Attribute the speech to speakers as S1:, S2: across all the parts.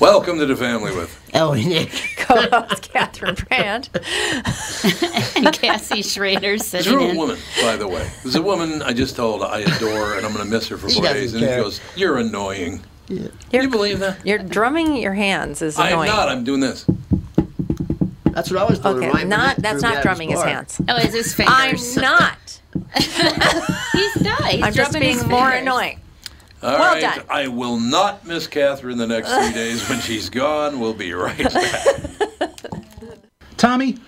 S1: Welcome to the family with.
S2: Oh, Nick.
S3: co-host Catherine Brand.
S4: and Cassie Schrader sitting
S1: Drew, a
S4: in.
S1: woman, by the way. There's a woman I just told I adore, and I'm going to miss her for
S2: He
S1: four
S2: doesn't
S1: days. And
S2: care.
S1: she goes, "You're annoying."
S2: Yeah.
S1: Can you believe that?
S3: You're drumming your hands is
S1: I'm
S3: annoying.
S1: not. I'm doing this.
S2: That's what I was doing.
S3: okay, not that's not drumming his hands.
S4: Oh, is his
S3: I'm
S4: fingers?
S3: not.
S4: He's not. He's
S3: I'm just
S4: drumming his
S3: being more
S4: fingers.
S3: annoying.
S1: All right.
S3: Well done.
S1: I will not miss Catherine the next three days when she's gone. We'll be right back.
S5: Tommy,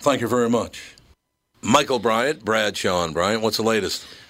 S1: Thank you very much. Michael Bryant, Brad Sean Bryant, what's the latest?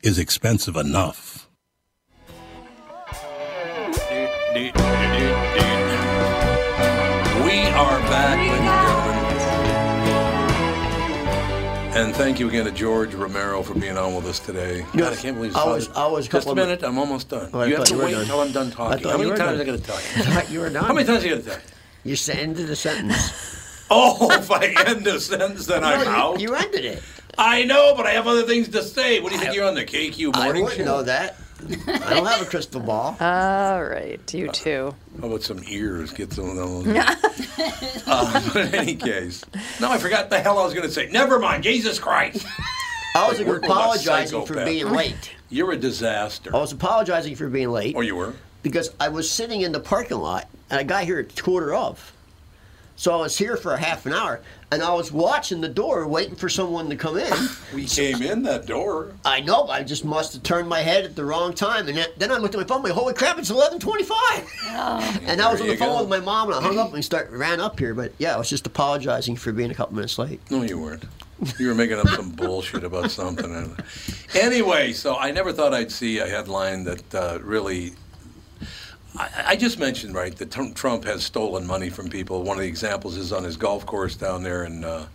S6: is expensive enough.
S1: We are back, ladies and gentlemen. And thank you again to George Romero for being on with us today. God, I can't believe it's
S2: I was-
S1: Friday.
S2: I was a
S1: Just
S2: couple
S1: a
S2: of-
S1: minute, I'm almost done.
S2: Oh, I
S1: you have
S2: thought
S1: to
S2: you were
S1: wait
S2: done.
S1: until I'm done
S2: I
S1: talking.
S2: thought
S1: How
S2: you
S1: many
S2: were
S1: times
S2: done.
S1: I got to tell you?
S2: But you were done.
S1: How many times I got to tell you?
S2: You s- ended the sentence.
S1: Oh, if I end a sentence, then I'm
S2: No,
S1: out.
S2: you, you ended it.
S1: I know, but I have other things to say. What do you think? You're on the KQ
S2: I
S1: morning
S2: wouldn't
S1: show.
S2: know that. I don't have a crystal ball.
S3: Uh, All right, you too.
S1: How about Oh, some ears? Get some of those. Uh, but in any case, no, I forgot the hell I was going to say. Never mind. Jesus Christ,
S2: I was
S1: We're a
S2: apologizing for
S1: psychopath.
S2: being late.
S1: you're a disaster.
S2: I was apologizing for being late
S1: Or you were.
S2: because I was sitting in the parking lot and I got here at quarter of. So I was here for a half an hour and I was watching the door waiting for someone to come in.
S1: We came in that door.
S2: I know, but I just must have turned my head at the wrong time. And then- then I looked at my phone, like, holy crap, it's 1125.
S3: Oh.
S2: and I was
S1: There
S2: on
S1: you
S2: the phone
S1: go.
S2: with my mom, and I hung up and start, ran up here. But yeah, I was just apologizing for being a couple minutes late.
S1: No, you weren't. You were making up some bullshit about something. Anyway, so I never thought I'd see a headline that uh, really. I, I just mentioned, right, that Tr- Trump has stolen money from people. One of the examples is on his golf course down there in, uh,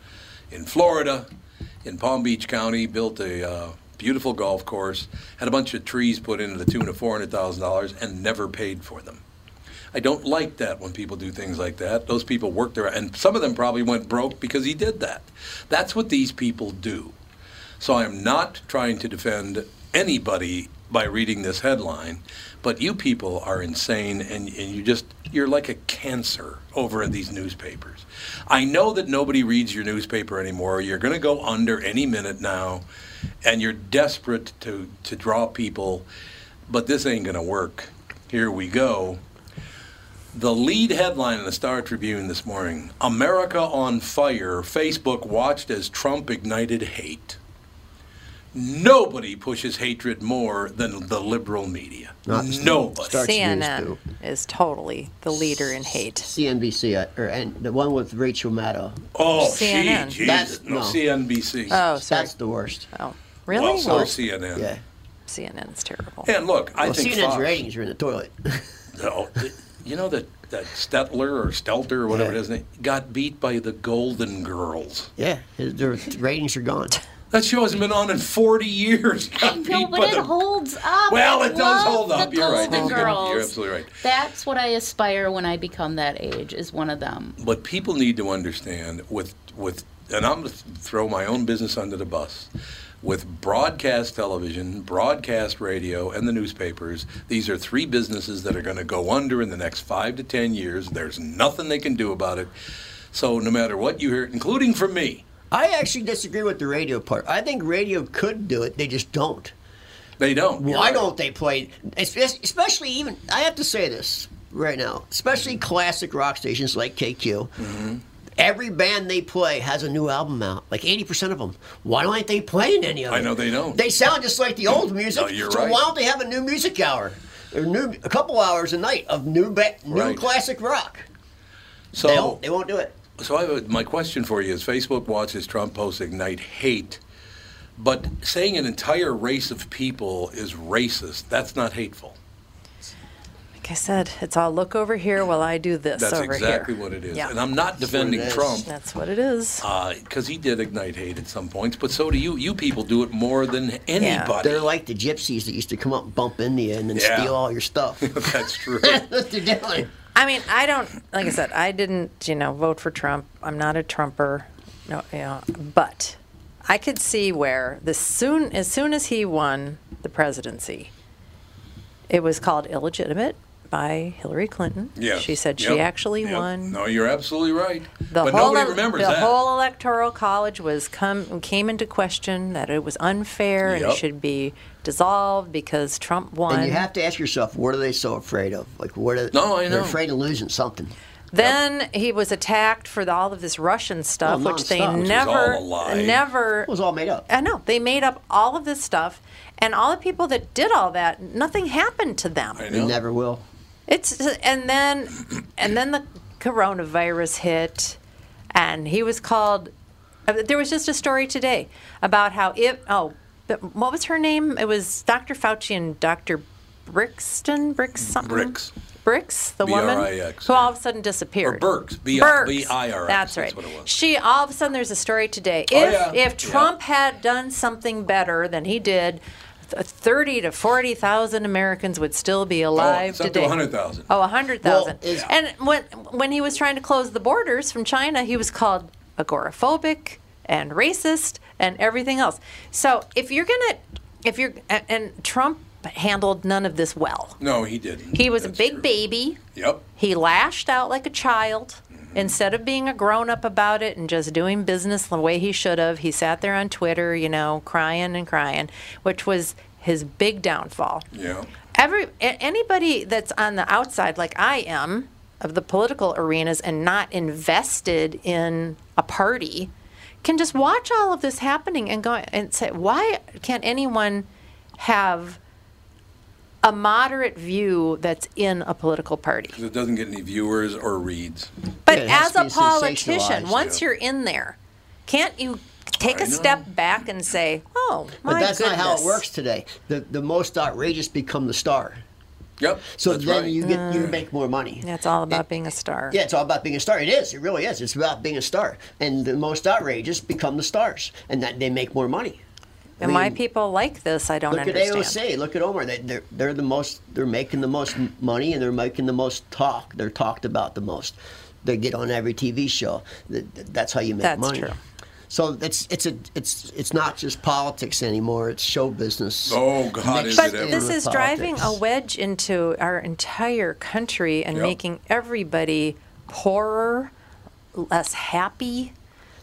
S1: in Florida, in Palm Beach County, built a uh, beautiful golf course, had a bunch of trees put in to the tune of $400,000 and never paid for them. I don't like that when people do things like that. Those people worked their, and some of them probably went broke because he did that. That's what these people do. So I am not trying to defend anybody by reading this headline, but you people are insane and, and you just, you're like a cancer over at these newspapers. I know that nobody reads your newspaper anymore. You're going to go under any minute now, and you're desperate to, to draw people, but this ain't going to work. Here we go. The lead headline in the Star Tribune this morning America on Fire, Facebook watched as Trump ignited hate. Nobody pushes hatred more than the liberal media.
S2: Not-
S1: Nobody.
S2: Start-
S3: CNN
S2: News
S3: is totally the leader in hate.
S2: CNBC uh, or and the one with Rachel Maddow.
S1: oh,
S3: CNN.
S1: gee, Jesus.
S2: That's-
S1: No,
S2: no.
S1: CNBC.
S3: Oh, sorry.
S2: That's the worst.
S3: Oh, really?
S1: Well, so
S3: Well,
S1: CNN.
S2: Yeah.
S3: CNN's terrible.
S1: And look, I
S2: Well,
S1: think
S2: CNN's
S1: Fox,
S2: ratings are in the toilet.
S1: No, th- you know that that Stetler or Stelter or whatever
S2: Yeah.
S1: it is, they got beat by the Golden Girls.
S2: yeah, his- their ratings are gone.
S1: That show hasn't been on in 40 years. Got
S4: I know,
S1: beat
S4: but
S1: by
S4: it
S1: the-
S4: holds up.
S1: Well,
S4: I
S1: it does
S4: love
S1: hold up.
S4: The
S1: You're right.
S4: Golden
S1: It's good.
S4: Girls.
S1: You're absolutely right.
S4: That's what I aspire when I become that age. Is one of them.
S1: But people need to understand with with and I'm going to throw my own business under the bus. With broadcast television, broadcast radio, and the newspapers, these are three businesses that are going to go under in the next five to ten years. There's nothing they can do about it. So no matter what you hear, including from me,
S2: I actually disagree with the radio part. I think radio could do it. They just don't.
S1: they don't.
S2: Why don't they play? espe- Especially even, I have to say this right now. Especially classic rock stations like KQ.
S1: Mm-hmm.
S2: Every band they play has a new album out. Like eighty percent of them. Why don't they play any of
S1: I
S2: it?
S1: know they don't.
S2: They sound just like the old music.
S1: No, you're
S2: so
S1: right.
S2: why don't they have a new music hour? Or new, a couple hours a night of new, ba- new
S1: Right. Oh.
S2: classic rock.
S1: So
S2: They, don't, they won't do it.
S1: So I, would- my question for you is: Facebook watches Trump posts ignite hate, but saying an entire race of people is racist. That's not hateful.
S3: Like I said, it's all look over here while I do this
S1: That's
S3: over
S1: exactly
S3: here.
S1: what it is.
S3: Yeah.
S1: And I'm not defending
S2: is.
S1: Trump
S3: That's what it is.
S1: because he did ignite hate at some points, but so do you. You people do it more than anybody.
S2: They're like the gypsies that used to come up and bump into you and then
S1: Yeah.
S2: steal all your stuff. That's
S1: That's true.
S2: what they're doing.
S3: I mean, I don't like I said, I didn't, you know, vote for Trump. I'm not a Trumper. No, you know, but I could see where the soon as soon as he won the presidency, it was called illegitimate by Hillary Clinton.
S1: Yes.
S3: She said she
S1: Yep.
S3: actually
S1: Yep.
S3: won.
S1: No, you're absolutely right.
S3: The
S1: but
S3: whole
S1: nobody
S3: el-
S1: remembers
S3: the
S1: that.
S3: whole electoral college was come came into question that it was unfair and
S1: Yep.
S3: it should be dissolved because Trump won.
S2: And you have to ask yourself, what are they so afraid of? Like, what are
S1: No, I
S2: They're
S1: know.
S2: afraid of losing something.
S3: Then he was attacked for the, all of this Russian stuff,
S2: Well,
S3: which they
S2: nonstop. Which was
S3: never,
S1: all a lie.
S3: never.
S2: It was all made up.
S3: I know they made up all of this stuff, and all the people that did all that, nothing happened to them.
S1: I
S2: They
S1: know.
S2: never will.
S3: It's and then, and then the coronavirus hit, and he was called. uh, There was just a story today about how it. Oh, but what was her name? It was Dr. Fauci and Dr. Brixton, Brix something.
S1: Bricks.
S3: Bricks, the woman
S1: B.R.I.X.,
S3: who
S1: yeah.
S3: all of a sudden disappeared.
S1: Or Birx, B-
S3: Birx.
S1: B.I.R.X.,
S3: That's right.
S1: that's what it was. Oh,
S3: She all of a sudden there's a story today. If
S1: yeah.
S3: if
S1: Yeah.
S3: Trump had done something better than he did, th- thirty to forty thousand Americans would still be
S1: Oh,
S3: alive
S1: it's up
S3: today.
S1: to 100,000.
S3: Oh, 100,000.
S2: Well, is-
S3: and when when he was trying to close the borders from China, he was called agoraphobic and racist and everything else. So, if you're going to if you're a- and Trump handled none of this well.
S1: No, he didn't.
S3: He was
S1: That's
S3: a big
S1: true.
S3: baby.
S1: Yep. Mm-hmm.
S3: He lashed out like a child. Instead of being a grown up about it and just doing business the way he should have, he sat there on Twitter, you know, crying and crying, which was his big downfall
S1: Yeah.
S3: every a- anybody that's on the outside like i am of the political arenas and not invested in a party can just watch all of this happening and go and say why can't anyone have a moderate view that's in a political party
S1: Because it doesn't get any viewers or reads.
S3: but
S2: Yeah, it has
S3: as
S2: to
S3: a
S2: be
S3: politician
S2: sensationalized,
S3: once
S1: yeah.
S3: you're in there can't you take
S1: I
S3: a step
S1: know.
S3: back and say oh my
S2: But that's
S3: goodness
S2: not how it works today. The the most outrageous become the star.
S1: Yep.
S2: So
S1: that's
S2: then
S1: right.
S2: you
S3: Mm.
S2: get you make more money.
S3: Uh, Yeah, it's all about being a star
S2: Yeah, it's all about being a star. It is. It really is. It's about being a star. And the most outrageous become the stars, and that they make more money.
S3: and why
S2: mean,
S3: people like this i don't
S2: Look at
S3: understand
S2: AOC. Look at Omar. They, they're they're the most. They're making the most m- money, and they're making the most talk. They're talked about the most. They get on every TV show. Th- th- That's how you make
S3: That's
S2: money.
S3: true.
S2: So it's it's a it's it's not just politics anymore. It's show business.
S1: Oh, God,
S2: Mixed
S1: is
S3: But
S1: it ever.
S2: in
S3: this
S2: with
S3: is driving a
S2: politics.
S3: wedge into our entire country and
S1: Yep.
S3: making everybody poorer, less happy. E-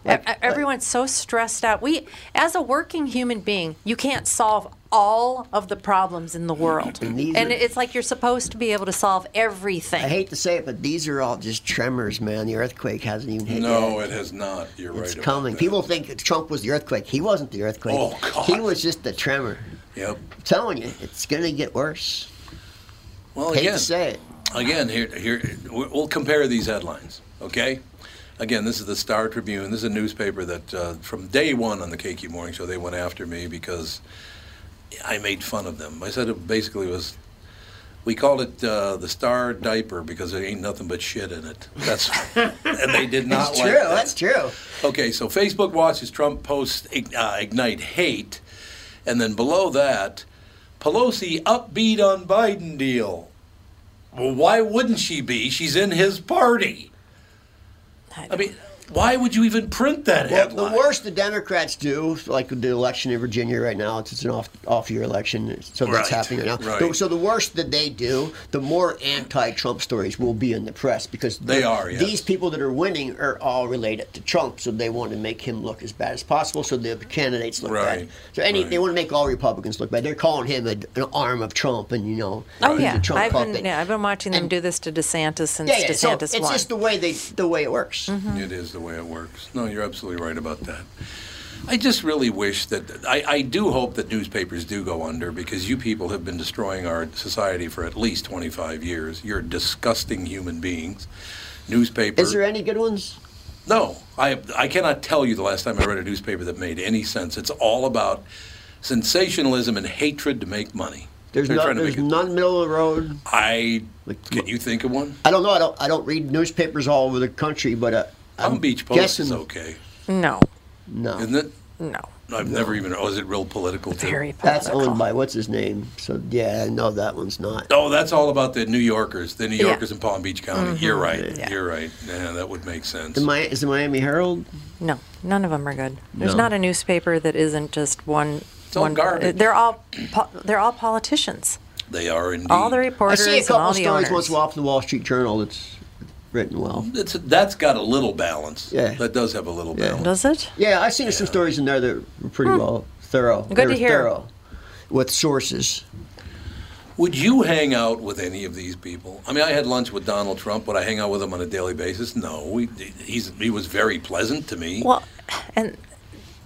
S2: Like-
S3: e- Everyone's so stressed out. We, as a working human being, you can't solve all of the problems in the world, and,
S2: these are-
S3: it's like you're supposed to be able to solve everything.
S2: I hate to say it, but these are all just tremors, man. The earthquake hasn't even hit yet.
S1: No, it has not. You're right.
S2: It's
S1: about
S2: coming.
S1: that.
S2: People think that Trump was the earthquake. He wasn't the earthquake.
S1: Oh, God.
S2: He was just the tremor.
S1: Yep.
S2: I'm telling you, it's going to get worse.
S1: Well,
S2: Hate
S1: Oh, again,
S2: to say it.
S1: again, here, here, we- we'll compare these headlines, okay? Again, this is the Star Tribune. This is a newspaper that, uh, from day one on the KQ Morning Show, they went after me because I made fun of them. I said it basically was, we called it uh, the Star Diaper because there ain't nothing but shit in it. That's, and they did not
S2: It's
S1: like
S2: true.
S1: that.
S2: That's true.
S1: Okay, so Facebook watches Trump post uh, ignite hate, and then below that, Pelosi upbeat on Biden deal. Well, why wouldn't she be? She's in his party. I mean, why would you even print that
S2: Well,
S1: headline?
S2: the worst the Democrats do, like with the election in Virginia right now, it's, it's an off off year election, so that's
S1: Right,
S2: happening right now.
S1: right.
S2: The- So the worst that they do, the more anti-Trump stories will be in the press because
S1: They
S2: the-
S1: are, yes.
S2: These people that are winning are all related to Trump, so they want to make him look as bad as possible, so the candidates look
S1: Right,
S2: bad. So any
S1: right.
S2: they want to make all Republicans look bad. They're calling him a, an arm of Trump, and you know,
S3: Oh
S2: he's
S3: yeah,
S2: a Trump
S3: I've
S2: puppet.
S3: been yeah, I've been watching them
S2: And-
S3: do this to DeSantis since
S2: yeah, yeah. So
S3: DeSantis
S2: it's
S3: won.
S2: just the way they the way it works.
S3: Mm-hmm.
S1: It is the way it works. No, you're absolutely right about that. I just really wish that I, I do hope that newspapers do go under because you people have been destroying our society for at least 25 years. You're disgusting human beings. Newspaper.
S2: Is there any good ones?
S1: No, I I cannot tell you the last time I read a newspaper that made any sense. It's all about sensationalism and hatred to make money.
S2: There's,
S1: They're
S2: no,
S1: trying to
S2: there's
S1: make it-
S2: none middle of the road.
S1: I
S2: Like-
S1: can you think of one?
S2: I don't know. I don't. I don't read newspapers all over the country, but uh, I'm
S1: Palm Beach Post
S2: guessing.
S1: is okay,
S3: no,
S2: No,
S1: isn't it?
S3: no,
S1: I've never even. Oh, is it real political? Too?
S3: very political.
S2: that's owned by what's his name. So yeah, I know that one's not.
S1: Oh, that's all about the New Yorkers, the New
S3: Yeah. Mm-hmm.
S1: Yorkers in Palm Beach County. You're right.
S3: Yeah.
S1: You're right. Yeah, that would make sense.
S2: The Mi- is the Miami Herald?
S3: No, none of them are good. There's
S2: No.
S3: not a newspaper that isn't just one.
S1: all
S3: one
S1: garbage.
S3: They're all po- they're all politicians.
S1: they are indeed.
S3: All the
S2: I
S3: reporters
S2: see a
S3: and all
S2: couple
S3: the
S2: stories
S3: owners.
S2: once in a while from the Wall Street Journal that's written well.
S1: It's, that's got a little balance.
S2: Yeah.
S1: That does have a little
S2: Yeah.
S1: balance.
S3: Does it?
S2: Yeah, I've seen some stories in there that were pretty well thorough. Good
S3: Hmm. to hear.
S2: Thorough with sources.
S1: Would you hang out with any of these people? I mean, I had lunch with Donald Trump. Would I hang out with him on a daily basis? No. We, he's, he was very pleasant to me.
S3: Well, and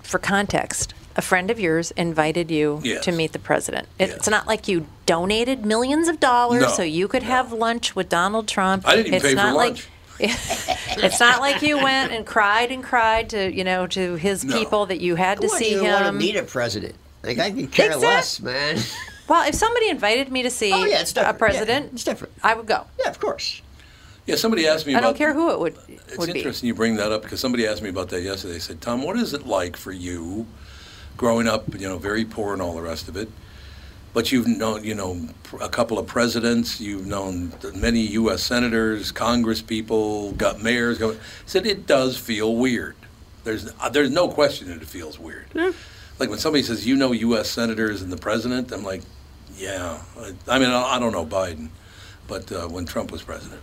S3: for context, a friend of yours invited you
S1: Yes.
S3: to meet the president. It-
S1: Yes.
S3: It's not like you donated millions of dollars
S1: No,
S3: so you could
S1: no.
S3: have lunch with Donald Trump.
S1: I didn't even
S3: it's
S1: pay for
S3: not
S1: lunch.
S3: Like, it's not like you went and cried and cried to you know to his
S1: No.
S3: people that you had to
S2: Why do
S3: see
S2: you
S3: him.
S2: want to meet a president? Like I could care
S3: Exact-
S2: less, man.
S3: Well, if somebody invited me to see
S2: Oh, yeah, it's
S3: a
S2: different. Yeah,
S3: president,
S2: it's different.
S3: I would go.
S2: yeah, of course.
S1: yeah, somebody asked me
S3: I
S1: about.
S3: don't care who it would
S1: It's
S3: would be.
S1: interesting you bring that up because somebody asked me about that yesterday. They said, Tom, what is it like for you growing up, you know, very poor and all the rest of it? But you've known, you know, pr- a couple of presidents. You've known th- many U.S. senators, Congress people, got mayors. Got, said it does feel weird. There's uh, there's no question that it feels weird. Like when somebody says you know U.S. senators and the president, I'm like, yeah. I, I mean, I, I don't know Biden, but uh, when Trump was president,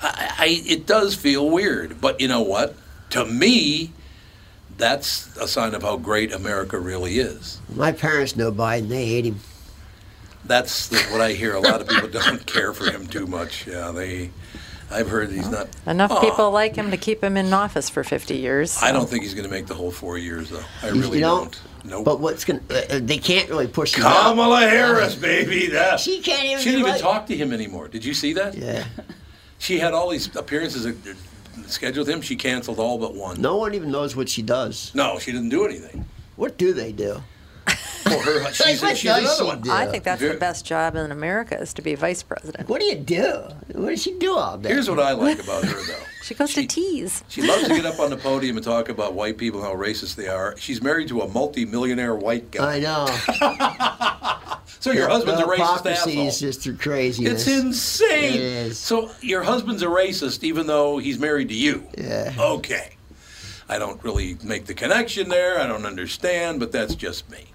S1: I, I it does feel weird. But you know what? To me, that's a sign of how great America really is.
S2: My parents know Biden. They hate him.
S1: That's the, what I hear. A lot of people don't care for him too much. Yeah, they. I've heard he's not.
S3: Enough
S1: Oh,
S3: people like him to keep him in office for 50 years.
S1: I don't think he's going to make the whole four years, though. I really
S2: you
S1: don't.
S2: don't.
S1: Nope.
S2: But what's gonna? Uh, uh, they can't really push him. out.
S1: Kamala Harris, baby. That
S2: She can't even
S1: She didn't
S2: be
S1: even
S2: right.
S1: talk to him anymore. Did you see that?
S2: Yeah.
S1: She had all these appearances uh, scheduled with him. She canceled all but one.
S2: No one even knows what she does.
S1: No, she didn't do anything.
S2: What do they do?
S1: Well, her, she's,
S2: what
S1: she's
S2: does
S1: another
S2: she
S1: one.
S2: do?
S3: I think that's
S1: Very-
S3: the best job in America is to be vice president.
S2: What do you do? What does she do all day?
S1: Here's what I like about her, though.
S3: She goes to teas.
S1: She loves to get up on the podium and talk about white people and how racist they are. She's married to a multi-millionaire white guy.
S2: I know.
S1: So your husband's
S2: the
S1: a racist
S2: hypocrisy
S1: asshole.
S2: is just through craziness.
S1: It's insane.
S2: It is.
S1: So your husband's a racist, even though he's married to you.
S2: Yeah.
S1: Okay. I don't really make the connection there. I don't understand, but that's just me.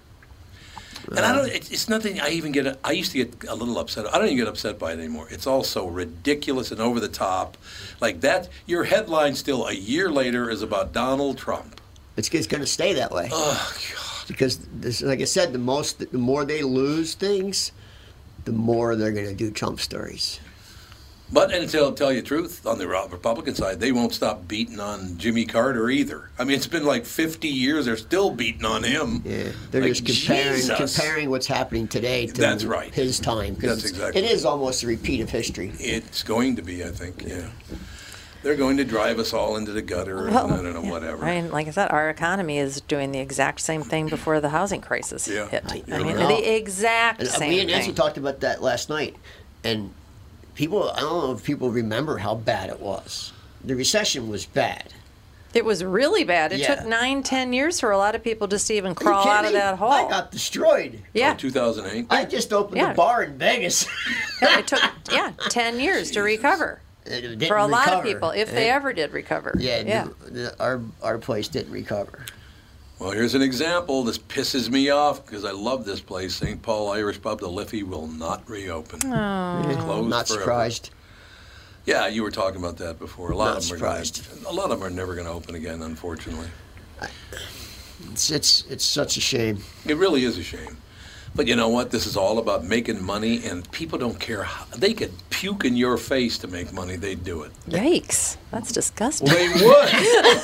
S1: And I don't. It's, it's nothing. I even get. I used to get a little upset. I don't even get upset by it anymore. It's all so ridiculous and over the top, like that. Your headline still a year later is about Donald Trump.
S2: It's, it's going to stay that way.
S1: Oh God.
S2: because this, like I said, the most, the more they lose things, the more they're going to do Trump stories.
S1: But and to tell you the truth, on the Republican side, they won't stop beating on Jimmy Carter either. I mean, it's been like 50 years; they're still beating on him.
S2: Yeah, they're
S1: Like,
S2: just comparing
S1: Jesus.
S2: comparing what's happening today to
S1: That's right.
S2: his time. 'cause
S1: That's
S2: it's-
S1: exactly
S2: It is almost a repeat of history.
S1: It's going to be, I think. Yeah, they're going to drive us all into the gutter, and I don't know whatever.
S3: I mean, like I said, our economy is doing the exact same thing before the housing crisis
S1: Yeah.
S3: hit.
S1: I-
S3: I mean,
S2: I know.
S3: the exact
S2: And uh,
S3: same
S2: me and Nancy
S3: thing.
S2: talked about that last night, and people. I don't know if people remember how bad it was. The recession was bad.
S3: It was really bad. It
S2: Yeah.
S3: took nine, ten years for a lot of people just to even
S2: Are you
S3: crawl out of
S2: kidding me?
S3: that hole.
S2: I got destroyed.
S1: Oh,
S3: yeah,
S1: 2008.
S2: I just opened
S3: Yeah.
S2: a bar in Vegas.
S3: it took yeah ten years to recover
S2: And it
S3: for a
S2: didn't
S3: lot of
S2: recover.
S3: people, if they
S2: And-
S3: ever did recover.
S2: Yeah,
S3: yeah.
S2: The, the, our our place didn't recover.
S1: Well, here's an example. This pisses me off because I love this place. St. Paul Irish Pub, the Liffey, will not reopen.
S3: Oh.
S1: Closed
S2: Not
S1: forever.
S2: surprised.
S1: Yeah, you were talking about that before. A lot
S2: Not
S1: of them are gonna-
S2: surprised.
S1: a lot of them are never going to open again, unfortunately.
S2: It's, it's it's such a shame.
S1: It really is a shame. But you know what? This is all about making money, and people don't care. How, they could puke in your face to make money. They'd do it.
S3: Yikes, that's disgusting.
S1: They would.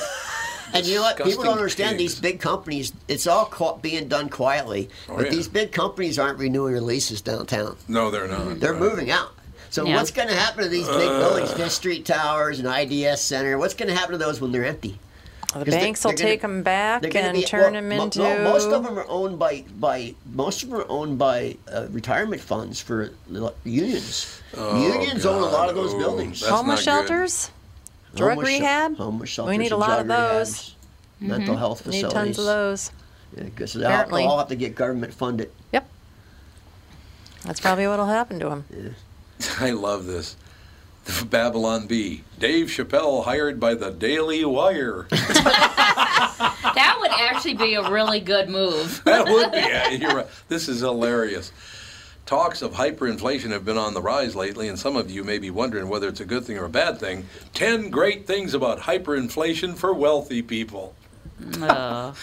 S2: And you know what? People
S1: Disgusting
S2: don't understand
S1: pigs.
S2: these big companies. It's all qu- being done quietly.
S1: Oh,
S2: but
S1: yeah.
S2: these big companies aren't renewing their leases downtown.
S1: no, they're not.
S2: They're
S1: Right. Uh.
S2: moving out. So
S4: Yeah.
S2: what's going to happen to these big buildings, Fifth Street Towers and IDS Center? What's going to happen to those when they're empty?
S3: The
S2: 'Cause they-
S3: banks will
S2: they're gonna-
S3: take them back
S2: they're gonna
S3: and
S2: be-
S3: turn
S2: well,
S3: them
S2: mo-
S3: into.
S2: mo- most of them are owned by by most of them are owned by uh, retirement funds for uh, unions. unions own a lot of those
S1: Oh, God. Ooh,
S2: buildings.
S1: that's
S3: homeless
S1: not good.
S3: shelters, drug
S2: Homeless shel-
S3: rehab.
S2: homeless shelters.
S3: we need a
S2: and
S3: lot of
S2: drug
S3: those. Mm-hmm.
S2: rehabs, Mental health
S3: Need
S2: facilities.
S3: tons of those.
S2: Yeah, 'cause they all,
S3: Apparently.
S2: they all have to get government funded.
S3: Yep. That's probably what'll happen to them.
S1: I love this. Babylon B. Dave Chappelle hired by the Daily Wire.
S4: That would actually be a really good move.
S1: that would be. Yeah, you're right. This is hilarious. Talks of hyperinflation have been on the rise lately, and some of you may be wondering whether it's a good thing or a bad thing. Ten great things about hyperinflation for wealthy people.
S4: Uh,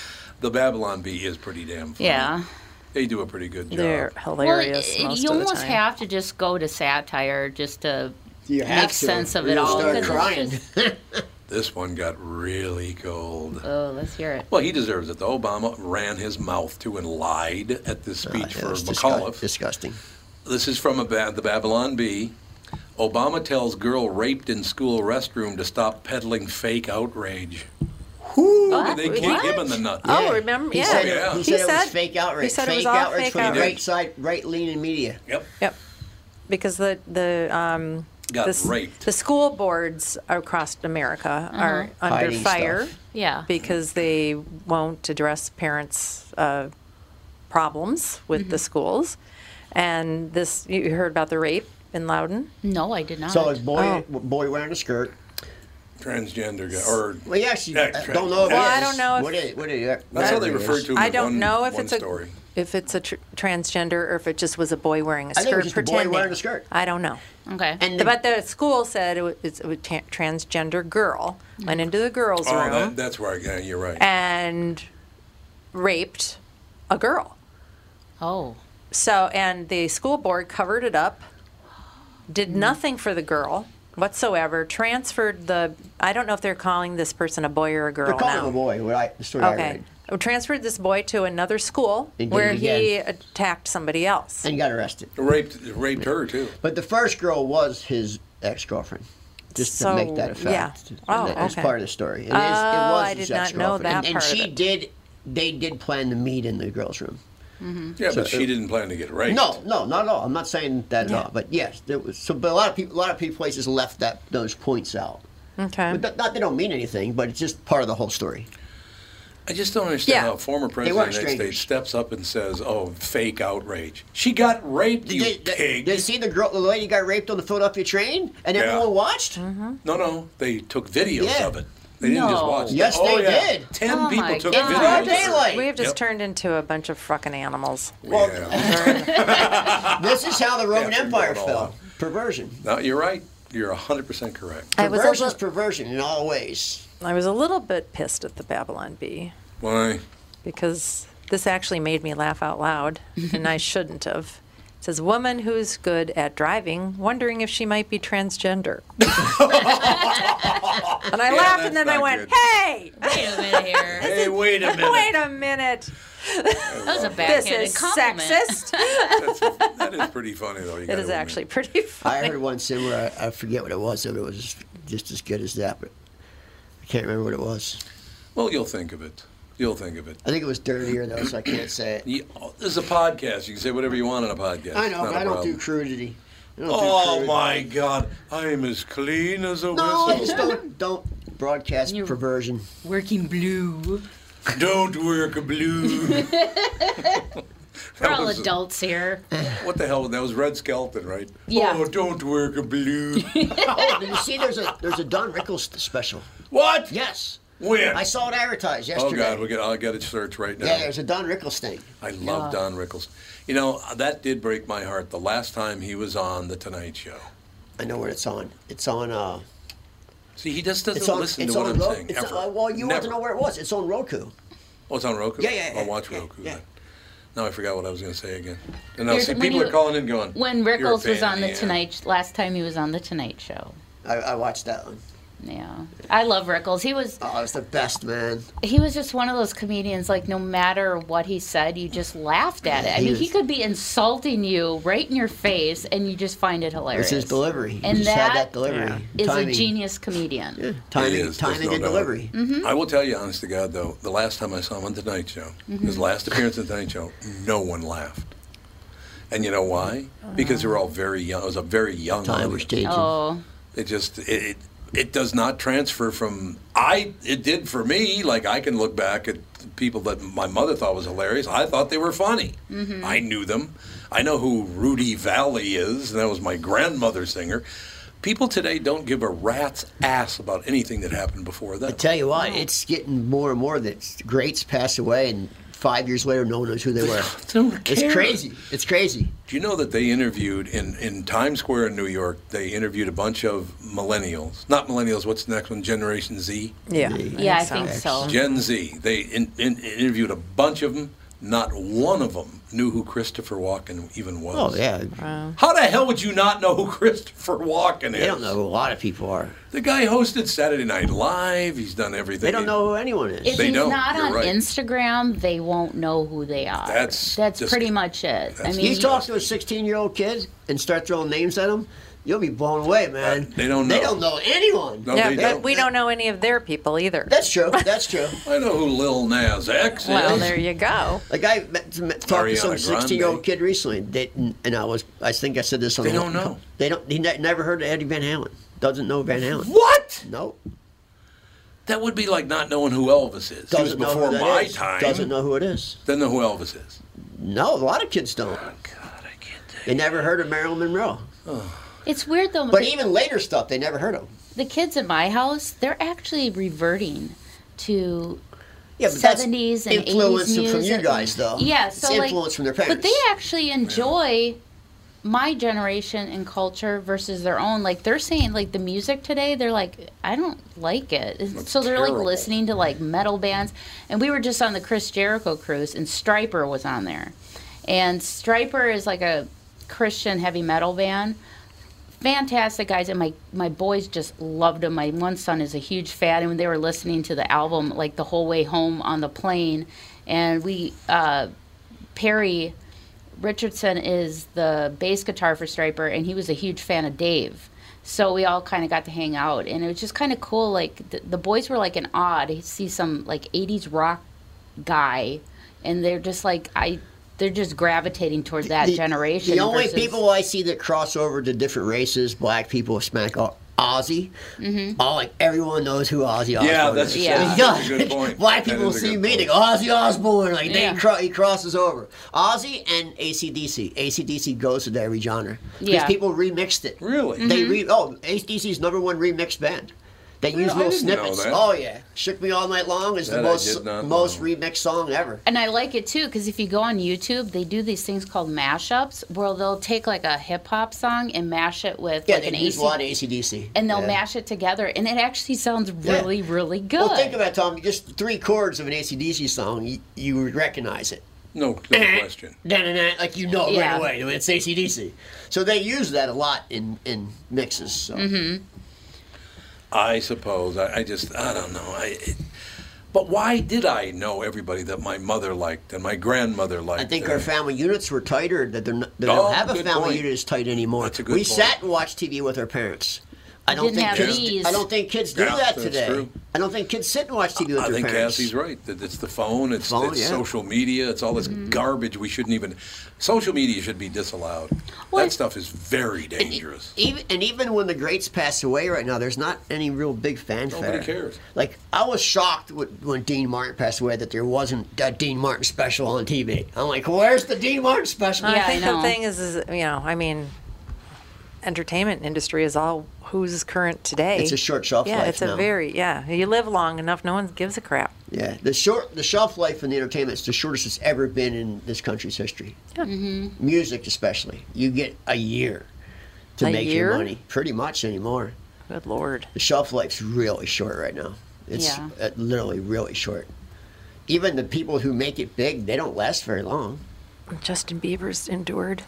S1: The Babylon Bee is pretty damn funny.
S4: yeah.
S1: They do a pretty good job.
S3: They're
S4: Well,
S3: hilarious
S4: it-
S3: most
S4: you
S3: of the
S4: almost
S3: time.
S4: have to just go to satire just to
S2: You
S4: make sense of
S2: or
S4: it
S2: you'll
S4: all.
S2: Start
S4: 'cause it's
S2: crying.
S4: just-
S1: This one got really cold.
S4: oh, let's hear it.
S1: Well, he deserves it. though. Obama ran his mouth to and lied at this speech
S2: Yeah,
S1: for
S2: it's
S1: McAuliffe.
S2: disgu- disgusting.
S1: This is from a ba- the Babylon Bee. Obama tells girl raped in school restroom to stop peddling fake outrage. Who
S3: What?
S1: they kick him
S3: What?
S1: in the nut?
S3: Oh, remember-
S2: He
S3: yeah.
S2: Said,
S1: Yeah.
S2: He
S1: He
S2: said it
S3: said-
S2: was fake outrage.
S3: he said it
S2: fake
S3: was all
S2: outrage
S3: fake
S2: from the
S3: outrage.
S2: right side, right leaning media.
S1: Yep.
S3: Yep. Because the the um
S1: Got
S3: the, s-
S1: raped.
S3: the school boards across America are
S4: Mm-hmm.
S3: under
S2: Hiding stuff.
S3: fire
S4: Yeah.
S3: because they won't address parents' uh, problems with
S2: Mm-hmm.
S3: the schools. And this you heard about the rape in Loudon.
S4: No, I did not.
S2: So his
S3: Oh.
S2: boy, boy wearing a skirt.
S1: Transgender guy. Or
S2: Well, you actually
S1: Yeah,
S2: uh,
S1: tra-
S2: don't know. If
S1: Well,
S2: it
S3: I
S2: is.
S3: don't know if-
S2: what it, what it, what
S1: that's how they
S2: it is.
S1: refer to him.
S3: I
S1: in
S3: don't
S1: one-
S3: know if
S1: one
S3: it's a
S1: story.
S3: if it's a tr- transgender or if it just was a boy wearing a
S2: I think it
S3: skirt
S2: was just a boy
S3: pretending.
S2: wearing a skirt.
S3: I don't know.
S4: okay.
S2: And the,
S3: But the school said it was, it's a tra- transgender girl went
S2: Mm.
S3: into the girls'
S1: Oh,
S3: room
S1: that, that's where I, yeah, you're right.
S3: and raped a girl.
S4: oh.
S3: So, and the school board covered it up, did
S2: Mm.
S3: nothing for the girl whatsoever, transferred the, I don't know if they're calling this person a boy or a girl
S2: they're calling
S3: now.
S2: him a boy. What I, the story I
S3: Okay.
S2: read.
S3: Oh, Transferred this boy to another school
S2: And did it
S3: where he attacked somebody else.
S2: And he got arrested.
S1: raped, raped her too.
S2: But the first girl was his ex girlfriend. Just
S3: So,
S2: to make that a fact.
S3: yeah.
S2: And
S3: Oh,
S2: that is
S3: okay.
S2: part of the story. It is. it
S3: Oh,
S2: was
S3: I
S2: his
S3: did not know
S2: ex-girlfriend.
S3: that
S2: And, and
S3: part of
S2: she
S3: it.
S2: did. They did plan to meet in the girls' room.
S1: Yeah, but she didn't plan to get raped.
S2: No, no, not at all. I'm not saying that at all. But yes, there was. So, but a lot of people, a lot of people, places left that those points out.
S3: Okay.
S2: But not, not they don't mean anything, but it's just part of the whole story.
S1: I just don't understand
S3: Yeah.
S1: how a former president
S2: weren't
S1: of the United
S2: strangers.
S1: States steps up and says, "Oh, fake outrage." She got raped, you
S2: did, they-
S1: pig.
S2: did you see the girl, the lady got raped on the Philadelphia train, and
S1: Yeah.
S3: Mm-hmm.
S2: everyone watched?
S1: no, no, they took videos
S2: Yeah.
S1: of it. They didn't just
S4: No.
S1: watch. it.
S2: Yes,
S1: oh,
S2: they
S1: yeah.
S2: did.
S1: Ten
S4: Oh,
S1: people
S4: my
S1: took
S4: God.
S1: videos.
S2: Broad daylight.
S3: We have just
S1: Yep.
S3: turned into a bunch of fucking animals.
S1: Yeah.
S2: This is how the Roman
S1: Yeah, I
S2: Empire
S1: figured it all
S2: fell.
S1: out.
S2: Perversion.
S1: No, you're right. You're 100% correct.
S3: I was, a
S2: Perversion is
S3: little,
S2: perversion in all ways.
S3: I was a little bit pissed at the Babylon Bee
S1: Why?
S3: because this actually made me laugh out loud, and I shouldn't have. It says, woman who's good at driving, wondering if she might be transgender. and I laughed, and
S1: that's
S3: then I
S1: not
S3: went,
S1: good.
S3: hey,
S4: Wait a minute here.
S1: Hey, wait a minute.
S3: wait a minute.
S4: That was a
S3: This
S4: backhanded
S3: is
S4: compliment.
S3: sexist.
S1: That's, that is pretty funny, though. You
S3: It
S1: gotta
S3: is
S1: admit.
S3: actually pretty
S2: I
S3: funny.
S2: heard one similar. I, I forget what it was, but it was just as good as that. But I can't remember what it was.
S1: Well, you'll think of it. You'll think of it.
S2: I think it was dirtier though, so I can't say it.
S1: You, oh, this is a podcast. You can say whatever you want on a podcast.
S2: I
S1: It's
S2: know,
S1: not
S2: but
S1: a
S2: I don't do
S1: problem.
S2: crudity. I don't do
S1: Oh
S2: crudity.
S1: my God! I am as clean as a
S2: No, I just
S1: whistle.
S2: don't don't broadcast
S4: You-
S2: perversion.
S4: Working blue.
S1: Don't work a blue.
S4: We're all
S1: was-
S4: adults here.
S1: what the hell? That was Red Skelton, right?
S4: Yeah.
S1: Oh, don't work a blue.
S2: Oh, did you see? There's a there's a Don Rickles special.
S1: what?
S2: Yes,
S1: When?
S2: I saw it advertised
S1: oh
S2: yesterday.
S1: God, we got. I got to search right now.
S2: yeah, there's a Don Rickles thing.
S1: I love Don Rickles. You know that did break my heart the last time he was on the Tonight Show.
S2: I know where it's on. It's on. Uh,
S1: See, he just doesn't
S2: it's on.
S1: listen
S2: it's
S1: to
S2: on
S1: what I'm
S2: Ro-
S1: saying
S2: it's
S1: ever.
S2: on- uh, well, you want
S1: Never.
S2: to know where it was? It's on Roku.
S1: Oh, it's on Roku.
S2: Yeah, yeah, yeah,
S1: I'll watch
S2: yeah,
S1: Roku.
S2: yeah.
S1: then. Now I forgot what I was going to say again. And now
S4: There's-
S1: see,
S4: when
S1: people
S4: you-
S1: are calling in going.
S4: When
S1: "You're a
S4: Rickles was
S1: pain
S4: on
S1: in
S4: the
S1: ass."
S4: Tonight, last time he was on the Tonight Show.
S2: I, I watched that one.
S4: Yeah, I love Rickles. He was
S2: Oh, it's the best, man.
S4: he was just one of those comedians. Like no matter what he said, you just laughed at it. I
S2: He
S4: mean, he
S2: was-
S4: could be insulting you right in your face, and you just find it hilarious.
S2: It's his delivery.
S4: And
S2: he just had
S4: that
S2: that delivery.
S4: Is
S2: timing,
S4: a genius Mm-hmm. comedian.
S1: He
S2: Timing,
S1: is, there's
S2: timing
S1: no
S2: and
S1: doubt.
S2: delivery.
S1: I will tell you, honest to God, though, the last time I saw him on Tonight Show, his last appearance on Tonight Show, no one laughed. And you know why? Because they were all very young. It was a very young
S2: Time was
S1: audience.
S2: taken.
S4: Oh,
S1: It just it, it it does not transfer from I. It did for me. Like I can look back at people that my mother thought was hilarious. I thought they were funny. I knew them. I know who Rudy Valley is, and that was my grandmother singer. People today don't give a rat's ass about anything that happened before
S2: I
S1: them.
S2: tell you what, it's getting more and more that greats pass away, and five years later, no one knows who they were.
S1: Don't
S2: it's
S1: care.
S2: crazy. It's crazy.
S1: Do you know that they interviewed in, in Times Square in New York? They interviewed a bunch of millennials. Not millennials. What's the next one? Generation Z.
S3: Yeah.
S4: yeah, I think so.
S1: Gen Z. They in, in, interviewed a bunch of them. Not one of them knew who Christopher Walken even was.
S2: Oh yeah,
S1: How the hell would you not know who Christopher Walken is?
S2: they don't know who a lot of people are.
S1: The guy hosted Saturday Night Live. He's done everything.
S2: They don't know who anyone is.
S4: If
S1: They
S4: he's
S1: don't,
S4: not
S1: you're
S4: on
S1: right.
S4: Instagram, they won't know who they are.
S1: That's
S4: that's
S1: just-
S4: pretty much it. I mean,
S2: you talk to a 16-year-old kid and start throwing names at him, you'll be blown away, man.
S1: Uh, they don't
S2: They
S1: know.
S2: don't know anyone.
S1: No,
S3: Yeah,
S1: they
S3: but
S1: don't.
S3: we don't know any of their people either.
S2: That's true. That's true.
S1: I know who Lil Nas X is.
S3: Well, there you go.
S2: Like I met, met, talked to some
S1: Ariana
S2: sixteen-year-old
S1: Grande.
S2: kid recently, they, and I was—I think I said this on.
S1: They
S2: the-
S1: don't know.
S2: They don't. He ne- never heard of Eddie Van Halen. Doesn't know Van Halen.
S1: what?
S2: Nope.
S1: That would be like not knowing who Elvis is. he was
S2: Doesn't know
S1: before
S2: who that
S1: my
S2: is.
S1: time.
S2: Doesn't know who it is.
S1: Then know who Elvis is.
S2: No, a lot of kids don't.
S1: God, I can't take
S2: They never heard of Marilyn Monroe.
S4: it's weird though.
S2: But
S4: the-
S2: even later stuff, they never heard of.
S4: the kids in my house, they're actually reverting to
S2: Yeah, but that's
S4: 70s and 80s
S2: influence
S4: music.
S2: from you guys, though.
S4: Yeah, so
S2: it's
S4: like,
S2: influence from their parents.
S4: But they actually enjoy my generation and culture versus their own. Like they're saying, like the music today, they're like, I don't like it. And so they're
S1: terrible.
S4: like listening to like metal bands. And we were just on the Chris Jericho cruise, and Striper was on there, and Striper is like a Christian heavy metal band fantastic guys and my my boys just loved them my one son is a huge fan and when they were listening to the album like the whole way home on the plane and we uh perry richardson is the bass guitar for striper and he was a huge fan of dave so we all kind of got to hang out and it was just kind of cool like the, the boys were like in awe to see some like 80s rock guy and they're just like i they're just gravitating toward that
S2: The-
S4: generation
S2: The only
S4: versus-
S2: people I see that cross over to different races, black people, Hispanic, are Ozzy. All like everyone knows who Ozzy Osbourne
S1: Yeah,
S2: is.
S1: that's,
S4: Mm-hmm. Yeah.
S1: that's, that's a good point.
S2: Black
S1: That
S2: people
S1: is a
S2: see
S1: good
S2: me,
S1: point.
S2: they go, Ozzy Osbourne. Like, they
S4: Yeah.
S2: cro- he crosses over. Ozzy and ACDC. ACDC goes into every genre. Because
S4: Yeah. Mm-hmm.
S2: people remixed it.
S1: Really?
S2: They re- Oh, ACDC's number one remixed band. That use
S1: I
S2: little
S1: didn't know
S2: snippets.
S1: that.
S2: Oh yeah, shook me all night long is the
S1: That I
S2: most
S1: did not
S2: most
S1: know.
S2: remixed song ever.
S4: And I like it too because if you go on YouTube, they do these things called mashups where they'll take like a hip hop song and mash it with
S2: Yeah,
S4: like an
S2: they use a lot of
S4: AC,
S2: ACDC.
S4: and they'll
S2: yeah.
S4: mash it together, and it actually sounds really, really good.
S2: Well, think about it, Tom. Just three chords of an ACDC song, you, you would recognize it. Eh,
S1: No,
S4: Eh.
S1: no question.
S2: Da-na-na, Like you know
S4: Yeah.
S2: right away, it's ACDC. So they use that a lot in in mixes. So.
S4: Mm-hmm.
S1: I suppose. I, I just, I don't know. I, it, but why did I know everybody that my mother liked and my grandmother liked?
S2: I think
S1: and-
S2: our family units were tighter. That they're not, they
S1: Oh,
S2: don't have a
S1: good
S2: family
S1: point.
S2: unit as tight anymore.
S1: That's a good
S2: we
S1: point.
S2: sat and watched TV with our parents. I don't
S4: Didn't
S2: think
S4: have
S2: kids.
S4: these.
S2: I don't think kids do
S1: Yeah,
S2: that
S1: that's
S2: today.
S1: true.
S2: I don't think kids sit and watch TV with
S1: I
S2: their
S1: think
S2: parents.
S1: Cassie's right. That it's the phone, it's,
S2: Phone,
S1: it's
S2: yeah.
S1: social media, it's all this
S4: Mm-hmm.
S1: garbage we shouldn't even. Social media should be disallowed.
S4: Well,
S1: that stuff is very dangerous.
S2: Even and even when the greats pass away right now, there's not any real big fanfare.
S1: Nobody cares.
S2: Like I was shocked when, when Dean Martin passed away that there wasn't a Dean Martin special on TV. I'm like, where's the Dean Martin special?
S4: Yeah,
S3: I think
S4: I
S3: the
S4: know.
S3: thing is, is you know, I mean, entertainment industry is all who's current today.
S2: It's a short shelf
S3: yeah,
S2: life
S3: it's a
S2: now.
S3: very yeah. You live long enough, no one gives a crap.
S2: Yeah, the short the shelf life in the entertainment is the shortest it's ever been in this country's history.
S3: Yeah.
S1: Mm-hmm.
S2: Music, especially, you get a year to
S3: A
S2: make
S3: year?
S2: your money, pretty much anymore.
S3: Good lord.
S2: The shelf life's really short right now. It's
S4: Yeah.
S2: uh, literally really short. Even the people who make it big, they don't last very long.
S3: Justin Bieber's endured.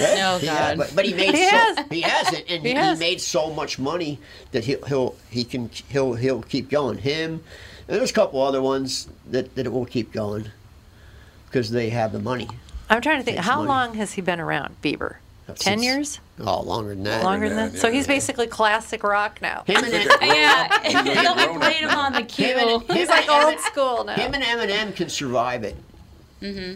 S2: Yeah,
S4: Oh,
S2: yeah,
S4: God.
S2: but, but he made
S3: He
S2: so,
S3: has.
S2: he has it, and
S3: He
S2: he,
S3: has.
S2: made so much money that he'll, he'll he can he'll he'll keep going. Him, and there's a couple other ones that that will keep going because they have the money.
S3: I'm trying to think.
S2: Takes
S3: How
S2: money.
S3: long has he been around, Bieber? Ten
S2: Since-
S3: years?
S2: Oh, longer than that.
S3: Longer than
S1: that,
S3: that? So
S1: yeah,
S3: he's
S1: yeah.
S3: basically classic rock now.
S2: Him and
S1: Look at-
S4: yeah,
S1: He's already
S4: they'll be
S1: grown up
S4: playing 'em
S1: now.
S4: on the
S2: him and,
S4: queue.
S2: him and
S3: He's like "Oh, old
S2: Emin-
S3: school now.
S2: Him and Eminem can survive it. Mm-hmm.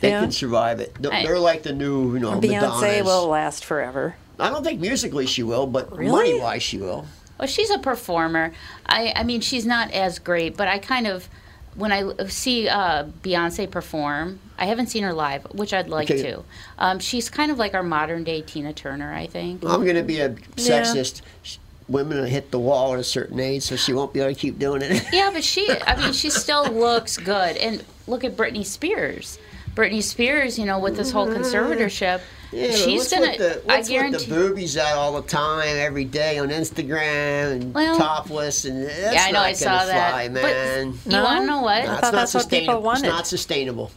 S2: They
S3: Yeah.
S2: can survive it. They're,
S4: I-
S2: they're like the new, you know,
S3: Beyonce
S2: Madonnas.
S3: will last forever.
S2: I don't think musically she will, but
S3: Really?
S2: money-wise she will.
S4: Well, she's a performer. I, I mean, she's not as great, but I kind of, when I l- see uh, Beyonce perform, I haven't seen her live, which I'd like
S2: Okay.
S4: to. Um, she's kind of like our modern day Tina Turner, I think.
S2: I'm going to be a sexist. Sh Women will hit the wall at a certain age, so she won't be able to keep doing it.
S4: Yeah, but she, I mean, she still looks good. And look at Britney Spears. Britney Spears, you know, with this whole conservatorship,
S2: Yeah, but
S4: she's
S2: what's
S4: gonna.
S2: With the,
S4: I
S2: what's with
S4: guarantee.
S2: the boobies out all the time, every day on Instagram and
S4: Well-
S2: topless, and that's
S4: yeah, I know.
S2: not
S4: I
S2: gonna
S4: saw that.
S2: fly,
S4: But
S2: man.
S4: you
S3: No?
S4: want to know what?
S2: No,
S3: I thought
S2: it's not
S3: that's what people
S2: sustainable.
S3: wanted. Hmm.
S2: It's not sustainable.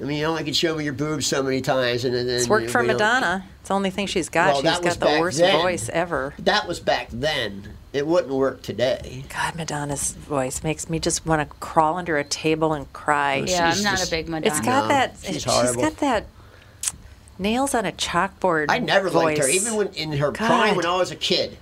S2: I mean, you only can show me your boobs so many times, and then
S3: It's worked for
S2: we don't-
S3: Madonna. It's the only thing she's got.
S2: Well,
S3: she's
S2: that was
S3: got the
S2: back
S3: worst
S2: then.
S3: voice ever.
S2: That was back then. It wouldn't work today.
S3: God, Madonna's voice makes me just want to crawl under a table and cry.
S4: Yeah,
S2: She's
S4: I'm not
S2: just-
S4: a big Madonna.
S3: It's got
S2: No,
S3: that.
S2: she's
S3: She's
S2: horrible.
S3: got that nails on a chalkboard.
S2: I never liked
S3: voice.
S2: her, even when in her prime
S3: God.
S2: when I was a kid.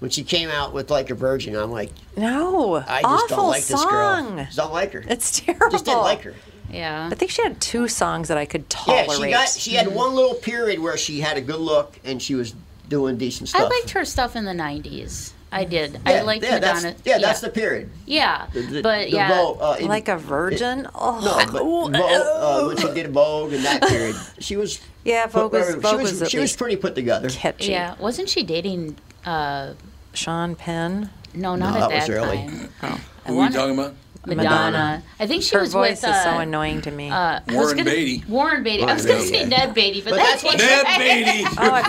S2: When she came out with like a virgin, I'm like,
S3: no
S2: I just
S3: awful
S2: don't like
S3: song.
S2: this girl. Just don't like her.
S3: It's terrible.
S2: just didn't like her.
S4: yeah.
S3: I think she had two songs that I could
S2: Yeah,
S3: tolerate.
S2: she got she had one little period where she had a good look and she was doing decent
S4: I
S2: stuff.
S4: liked her stuff in the '90s. I
S3: Mm.
S4: did. I
S2: Yeah,
S4: liked
S2: yeah,
S4: Madonna.
S2: That's, yeah, that's the period.
S4: Yeah,
S2: The-
S4: but
S2: the
S4: yeah,
S2: Vogue, uh, in-
S3: like a virgin. oh,
S2: No, but Vogue, uh, when she did Vogue in that period, she was
S3: Yeah, Vogue was-
S2: she
S3: Vogue
S2: was,
S3: was at
S2: she was
S3: least
S2: pretty put together.
S3: catchy.
S4: yeah. Wasn't she dating? Uh,
S3: Sean Penn.
S4: no, not
S2: No,
S4: at
S2: that was
S4: that
S2: early.
S4: time.
S1: Oh. Who are we talking about?
S4: Madonna.
S3: Madonna.
S4: I think she
S3: Her
S4: was
S3: voice
S4: with uh,
S3: is so annoying to me.
S4: uh, I was
S1: Warren
S4: gonna-
S1: Beatty.
S4: Warren Beatty. I was
S2: Warren
S4: going to say
S2: Beatty.
S4: Ned Beatty, but,
S2: But
S4: that's
S2: that's what-
S1: Ned Beatty.
S3: oh, I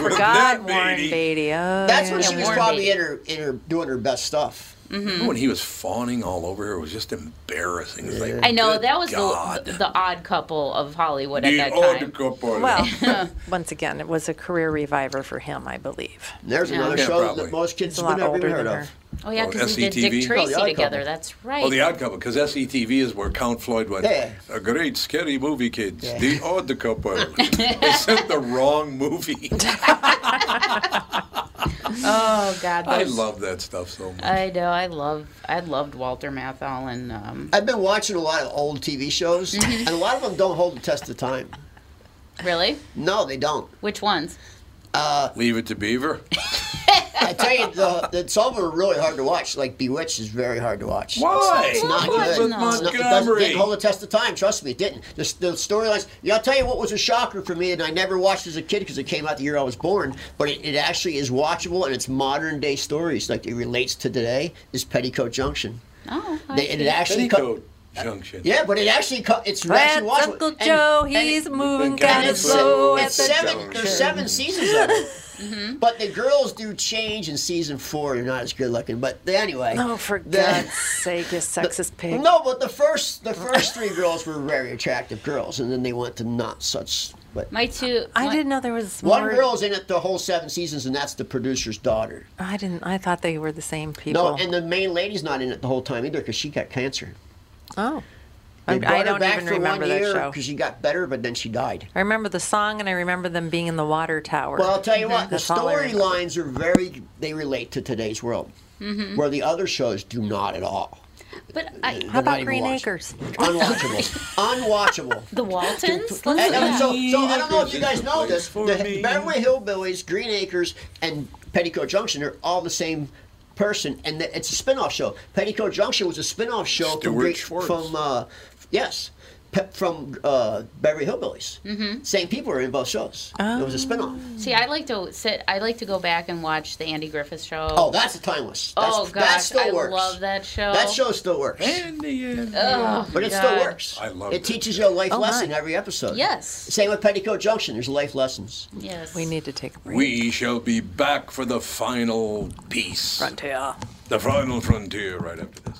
S3: forgot
S1: Ned
S3: Warren Beatty. Oh,
S2: That's
S3: yeah.
S2: when
S4: Yeah,
S2: she was
S4: Warren
S2: probably
S4: Beatty.
S2: in her in her doing her best stuff.
S1: Remember When he was fawning all over her, it was just embarrassing. It's like,
S4: I know
S1: good
S4: that was
S1: God.
S4: the the odd couple of Hollywood at
S1: The
S4: that
S1: odd
S4: time.
S1: couple.
S3: Well, once again, it was a career reviver for him, I believe.
S2: And there's another
S1: Yeah,
S2: show
S1: probably.
S2: that most kids
S3: He's a
S2: would
S3: lot
S2: never
S3: older
S2: even heard
S3: than
S2: of.
S3: her.
S4: Oh yeah,
S1: Oh,
S4: because we did Dick
S1: SCTV? Oh,
S4: Tracy
S2: The Odd
S4: together.
S2: Couple.
S4: That's right.
S1: Oh, the odd couple, because SETV is where Count Floyd went.
S2: Yeah.
S1: A great scary movie, kids.
S2: Yeah.
S1: The odd couple. they sent the wrong movie.
S4: oh God,
S1: I
S4: those-
S1: love that stuff so much.
S4: I know. I love. I loved Walter Matthau and um,
S2: I've been watching a lot of old TV shows,
S3: Mm-hmm.
S2: and a lot of them don't hold the test of time.
S4: really.
S2: No, they don't.
S4: Which ones?
S1: Leave it to Beaver.
S2: I tell you, the, the, some of them are really hard to watch. Like Bewitched is very hard to watch.
S1: Why?
S2: It's
S1: What's
S2: not good.
S1: with
S2: It's not- it doesn't
S1: Montgomery?
S2: didn't hold the test of time. Trust me, it didn't. The, the storylines. Yeah, I'll tell you what was a shocker for me, and I never watched as a kid because it came out the year I was born. But it, it actually is watchable, and it's modern day stories. Like it relates to today. Is Petticoat Junction?
S4: Oh, I
S2: They, it
S4: see.
S2: actually co-
S1: Petticoat Junction.
S2: Uh, Yeah, but it actually co- it's
S3: That's
S2: actually watchable.
S3: Uncle
S2: And-
S3: Joe.
S2: and it-
S3: he's moving
S1: We've been
S3: kind
S1: kinda
S3: of
S2: it's
S3: slow
S2: se-
S3: at
S2: it's
S3: the Mm-hmm.
S2: seven, there's seven seasons of it. But the girls do change in season four. They're not as good looking. But the- anyway.
S3: Oh, for
S2: the-
S3: God's sake, you sexist pig.
S2: No, but the first the first three girls were very attractive girls, and then they went to not such. But
S4: My two.
S3: I
S4: my-
S3: didn't know there was
S2: one
S3: more-
S2: girl's in it the whole seven seasons, and that's the producer's daughter.
S3: I didn't. I thought they were the same people.
S2: No, and the main lady's not in it the whole time either because she got cancer.
S3: oh,
S2: They
S3: I-
S2: brought
S3: I
S2: her
S3: don't
S2: back
S3: even
S2: for
S3: remember
S2: one
S3: that
S2: year
S3: show.
S2: because she got better, but then she died.
S3: I remember the song, and I remember them being in the water tower.
S2: Well, I'll tell you what, the
S3: That's all I remember.
S2: storylines are very, they relate to today's world, where the other shows do not at all.
S4: But I,
S3: How
S2: They're not
S3: about
S2: even
S3: Green
S2: watched.
S3: Acres?
S2: Unwatchable. Unwatchable.
S4: the Waltons.
S2: And,
S4: Let's
S2: and
S4: look
S2: so,
S4: it up.
S2: so I don't know if you guys know
S1: Place
S2: this.
S1: for
S2: The
S1: me.
S2: Beverly Hillbillies, Green Acres, and Petticoat Junction are all the same person, and th- it's a spin-off show. Petticoat Junction was a spin-off show from,
S1: Stewart
S2: Great-
S1: Schwartz.
S2: from uh, yes, pe- from uh, Beverly Hillbillies. Mm-hmm. Same people are in both shows. It was a spin-off.
S4: See, I like to sit. I like to go back and watch the Andy Griffith Show.
S2: Oh, that's a timeless. That's,
S4: oh
S2: that
S4: gosh,
S2: still
S4: I
S2: works.
S4: love that show. Oh,
S2: That show still works.
S1: And the end.
S4: Uh,
S2: But it
S4: God.
S2: still works.
S1: I loved
S2: it.
S1: it.
S2: teaches you a life
S3: my.
S2: lesson every episode.
S4: Oh, Yes. Mm-hmm.
S2: Same with Petticoat Junction. There's life lessons.
S4: Yes.
S3: We need to take a break.
S1: We shall be back for the final piece.
S3: Frontier.
S1: The final frontier right after this.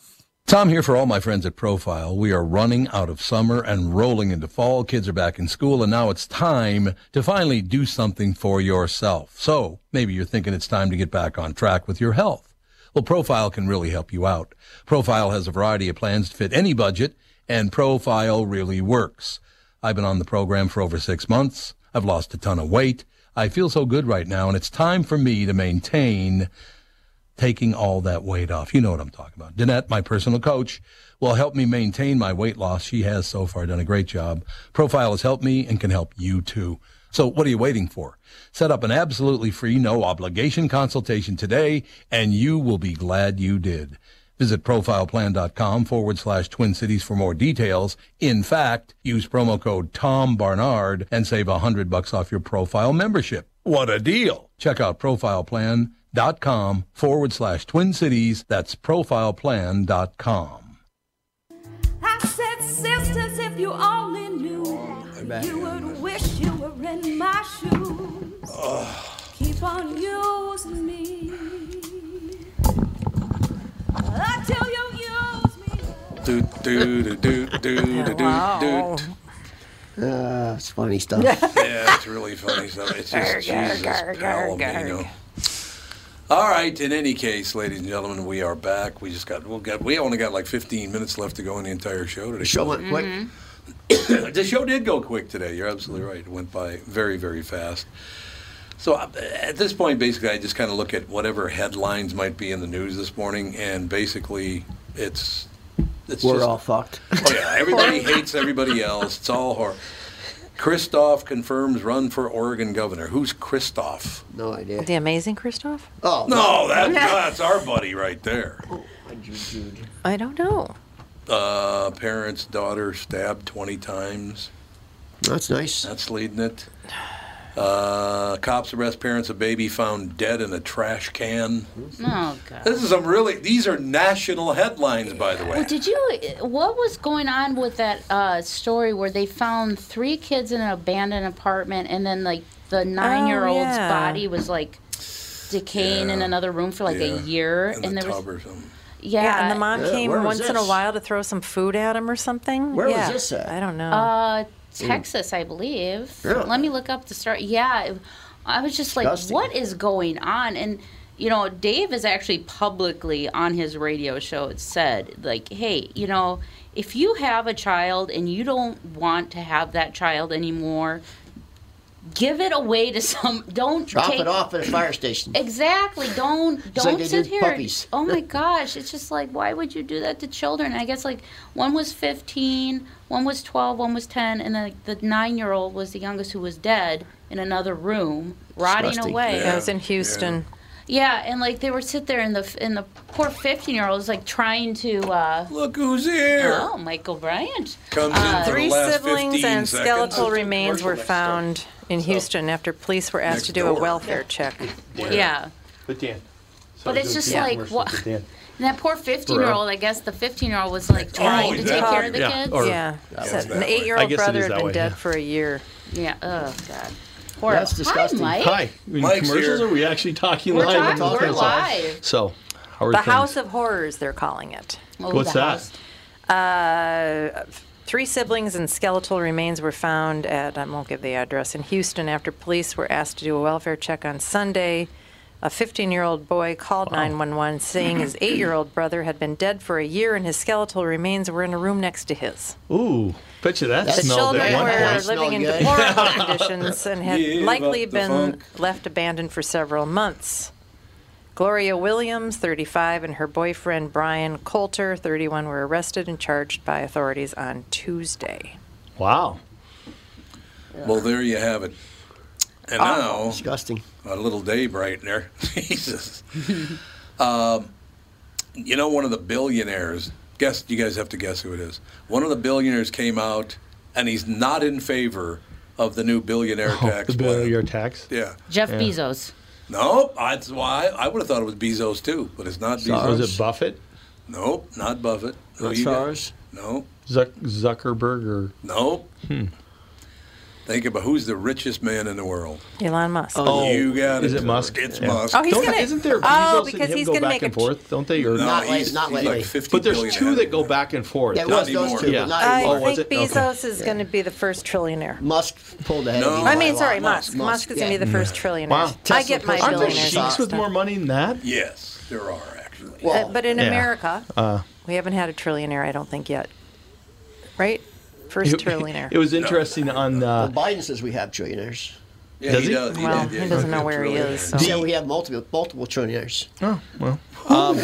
S6: Tom here for all my friends at Profile. We are running out of summer and rolling into fall. Kids are back in school, and now it's time to finally do something for yourself. So maybe you're thinking it's time to get back on track with your health. Well, Profile can really help you out. Profile has a variety of plans to fit any budget, and Profile really works. I've been on the program for over six months. I've lost a ton of weight. I feel so good right now, and it's time for me to maintain taking all that weight off. You know what I'm talking about. Danette, my personal coach, will help me maintain my weight loss. She has so far done a great job. Profile has helped me and can help you too. So what are you waiting for? Set up an absolutely free, no obligation consultation today, and you will be glad you did. Visit profileplan.com forward slash twin cities for more details. In fact, use promo code Tom Barnard and save a hundred bucks off your profile membership. What a deal! Check out profileplan.com forward slash twin cities. That's profileplan.com.
S7: I said, sisters, if you only knew, you would wish you were in my shoes. Keep on using me until you use me.
S1: Do, do, do, do, do, do, do, do.
S2: Uh, it's funny stuff.
S1: Yeah, it's really funny stuff. It's just Jesus, pal, Amino. All right. In any case, ladies and gentlemen, we are back. We just got we got we only got like 15 minutes left to go in the entire show today.
S2: Show went quick.
S4: Mm-hmm.
S1: the show did go quick today. You're absolutely
S2: Mm-hmm.
S1: right. It went by very, very fast. So uh, at this point, basically, I just kind of look at whatever headlines might be in the news this morning, and basically, it's it's
S2: We're
S1: just,
S2: all fucked.
S1: Oh, yeah, everybody hates everybody else. It's all horrible. Kristoff confirms run for Oregon governor. Who's Kristoff?
S2: No idea.
S3: The amazing Christoph?
S2: Oh,
S1: No, that, that's our buddy right there.
S3: I don't know.
S1: Uh, parents, daughter stabbed 20 times.
S2: that's nice.
S1: That's leading it. Uh, cops arrest parents of baby found dead in a trash can.
S4: Oh God.
S1: This is some really. These are national headlines, by the way.
S4: Well, did you? What was going on with that uh, story where they found three kids in an abandoned apartment, and then like the nine-year-old's
S3: Oh, yeah.
S4: body was like decaying in
S1: Yeah.
S4: another room for like a
S1: Yeah.
S4: year,
S1: in
S4: and
S1: the
S4: there
S1: tub
S4: was
S1: or something.
S4: yeah,
S3: Yeah, and the mom
S2: Yeah,
S3: came
S2: where was
S3: once in a
S2: this?
S3: while to throw some food at him or something.
S2: Where was
S3: yeah.
S2: this at?
S3: I don't know.
S4: uh, Texas, I believe.
S2: Mm. Really?
S4: Let me look up the story. Yeah, it- I was just like,
S2: Disgusting.
S4: what is going on? And you know, Dave is actually publicly on his radio show it said like, hey, you know, if you have a child and you don't want to have that child anymore, give it away to some. Don't
S2: Drop
S4: take,
S2: it off at a fire station.
S4: Exactly. Don't don't
S2: like they
S4: sit
S2: did
S4: here.
S2: puppies.
S4: Oh my gosh, it's just like why would you do that to children? I guess like one was 15, one was 12, one was 10, and then like, the 9-year-old was the youngest who was dead in another room, rotting
S2: Disgusting.
S4: away.
S3: yeah, it was in Houston.
S4: Yeah, and like they were sit there and the and the poor 15-year-old was like trying to uh
S1: Look who's here!
S4: Oh, Michael Bryant. Uh,
S1: Comes in for
S3: Uh, Three
S1: the last
S3: siblings
S1: 15 seconds.
S3: and skeletal
S1: That's-
S3: remains were found in Houston after police were asked
S1: Next
S3: to do a
S1: door.
S3: welfare check.
S4: Yeah.
S8: But Dan.
S4: But it's just like, what-
S8: Dan.
S4: And that poor 15-year-old, I guess the 15-year-old was like trying to
S1: is
S4: take
S1: that
S4: care
S1: right?
S4: of the
S9: Yeah,
S4: kids.
S9: or-
S3: yeah, Said
S1: that
S3: an
S1: way.
S9: I
S3: eight-year-old
S9: guess it
S3: brother
S9: is
S3: had
S9: that
S3: been
S9: way,
S3: dead
S9: yeah.
S3: for a year.
S4: yeah. Oh god. Horrible.
S2: That's disgusting.
S4: Hi, Mike.
S9: Hi. In
S1: Mike's
S9: commercials,
S1: here.
S9: are we actually talking
S4: We're
S9: live?
S4: talking.
S9: We're
S4: We're
S9: talking
S4: live.
S9: So, how are
S3: The
S9: things?
S3: House of Horrors, they're calling it.
S4: Oh,
S9: What's
S4: the
S9: that?
S4: house.
S3: Three siblings and skeletal remains were found at, I won't give the address, in Houston after police were asked to do a welfare check on Sunday. A 15 year old boy called 911 saying his eight year old brother had been dead for a year and his skeletal remains were in a room next to his.
S9: Oow, bet you that
S3: The
S9: smelled
S3: children
S9: at one
S3: were
S9: point.
S2: point.
S3: living in
S2: Smelled good.
S3: deplorable conditions and had
S1: Give
S3: likely
S1: up the
S3: been
S1: funk.
S3: left abandoned for several months. Gloria Williams, 35, and her boyfriend Brian Coulter, 31, were arrested and charged by authorities on Tuesday.
S9: Wow.
S1: Well, there you have it. And
S3: Oh.
S1: now,
S2: Disgusting.
S1: a little day bright there. Jesus. um, you know, one of the billionaires. Guess you guys have to guess who it is. One of the billionaires came out, and he's not in favor of the new billionaire tax.
S9: Oh, The bill,
S1: plan.
S9: your tax.
S1: Yeah.
S4: Jeff Bezos.
S1: Nope. That's why I would have thought it was Bezos too, but it's not Bezos.
S9: Was it Buffett?
S1: Nope. Not Buffett. Who
S2: Not
S1: you got?
S2: SARS.
S1: Nope.
S9: Zuck- Zuckerberg or
S1: Nope.
S9: Hmm.
S1: Think about who's the richest man in the world.
S3: Elon Musk.
S9: Oh,
S1: you got
S9: is
S1: it.
S9: it Musk?
S1: It's
S9: Yeah.
S1: Musk.
S3: Oh, he's
S9: Don't-
S3: gonna-
S9: isn't there
S3: oh,
S9: Bezos
S3: because
S9: and him
S3: he's
S9: go
S3: gonna
S9: back
S3: make
S9: and
S3: a-
S9: forth? Don't they? Or
S1: No,
S2: Not
S1: he's-
S2: late- not
S1: he's
S2: lately.
S1: Like 50
S9: But there's
S1: billion
S9: two that go
S1: annually.
S9: back and forth.
S2: There was
S1: anymore.
S2: those two,
S9: Yeah.
S2: but not
S3: I
S2: anymore.
S9: Oh, was
S3: think
S9: it? Okay.
S3: Bezos is going to be the first trillionaire.
S2: Musk pulled ahead.
S1: No.
S2: of Elon
S3: I mean, sorry,
S2: Musk.
S3: Musk. Musk is going
S2: yeah.
S3: to be the first trillionaire.
S9: Wow.
S3: I
S2: Tesla
S3: get my
S2: person.
S9: Aren't there
S3: billionaires.
S2: Billionaires.
S9: sheiks with more money than that?
S1: Yes, there are actually.
S3: Uh, but in
S9: Yeah.
S3: America, we haven't had a trillionaire, I don't think, yet. Right? First trillionaire.
S9: It was interesting on uh,
S2: Well, Biden says we have trillionaires.
S1: yeah,
S9: does he?
S1: does.
S3: well,
S1: did, yeah,
S3: he doesn't
S1: got
S3: know where he
S1: really
S3: is. So.
S9: The-
S2: Yeah, we have multiple multiple trillionaires. Oh well.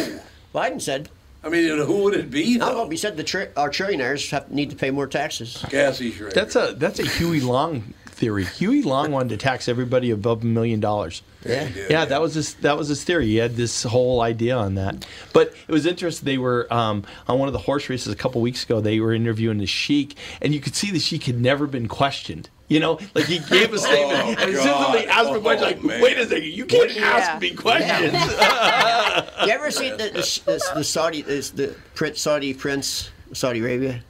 S2: Biden said,
S1: I mean, you know, who would it be?
S2: "Not
S1: Though?
S2: what we said. The tri- our trillionaires have, need to pay more taxes."
S1: Cassie Schrader.
S9: That's a that's a Huey Long theory. Huey Long wanted to tax everybody above a million dollars.
S2: Yeah.
S1: Yeah,
S9: Yeah,
S1: yeah.
S9: that was his that was his theory. He had this whole idea on that. But it was interesting. They were um, on one of the horse races a couple weeks ago. They were interviewing the sheik, and you could see the sheik had never been questioned. You know, like he gave a statement, and as soon as
S1: Oh, God.
S9: they asked him a
S1: Oh,
S9: question, like,
S1: man.
S9: wait a second, you can't
S3: Yeah.
S9: ask me questions.
S2: you ever see the, the, the, the Saudi the, the prince Saudi prince Saudi Arabia?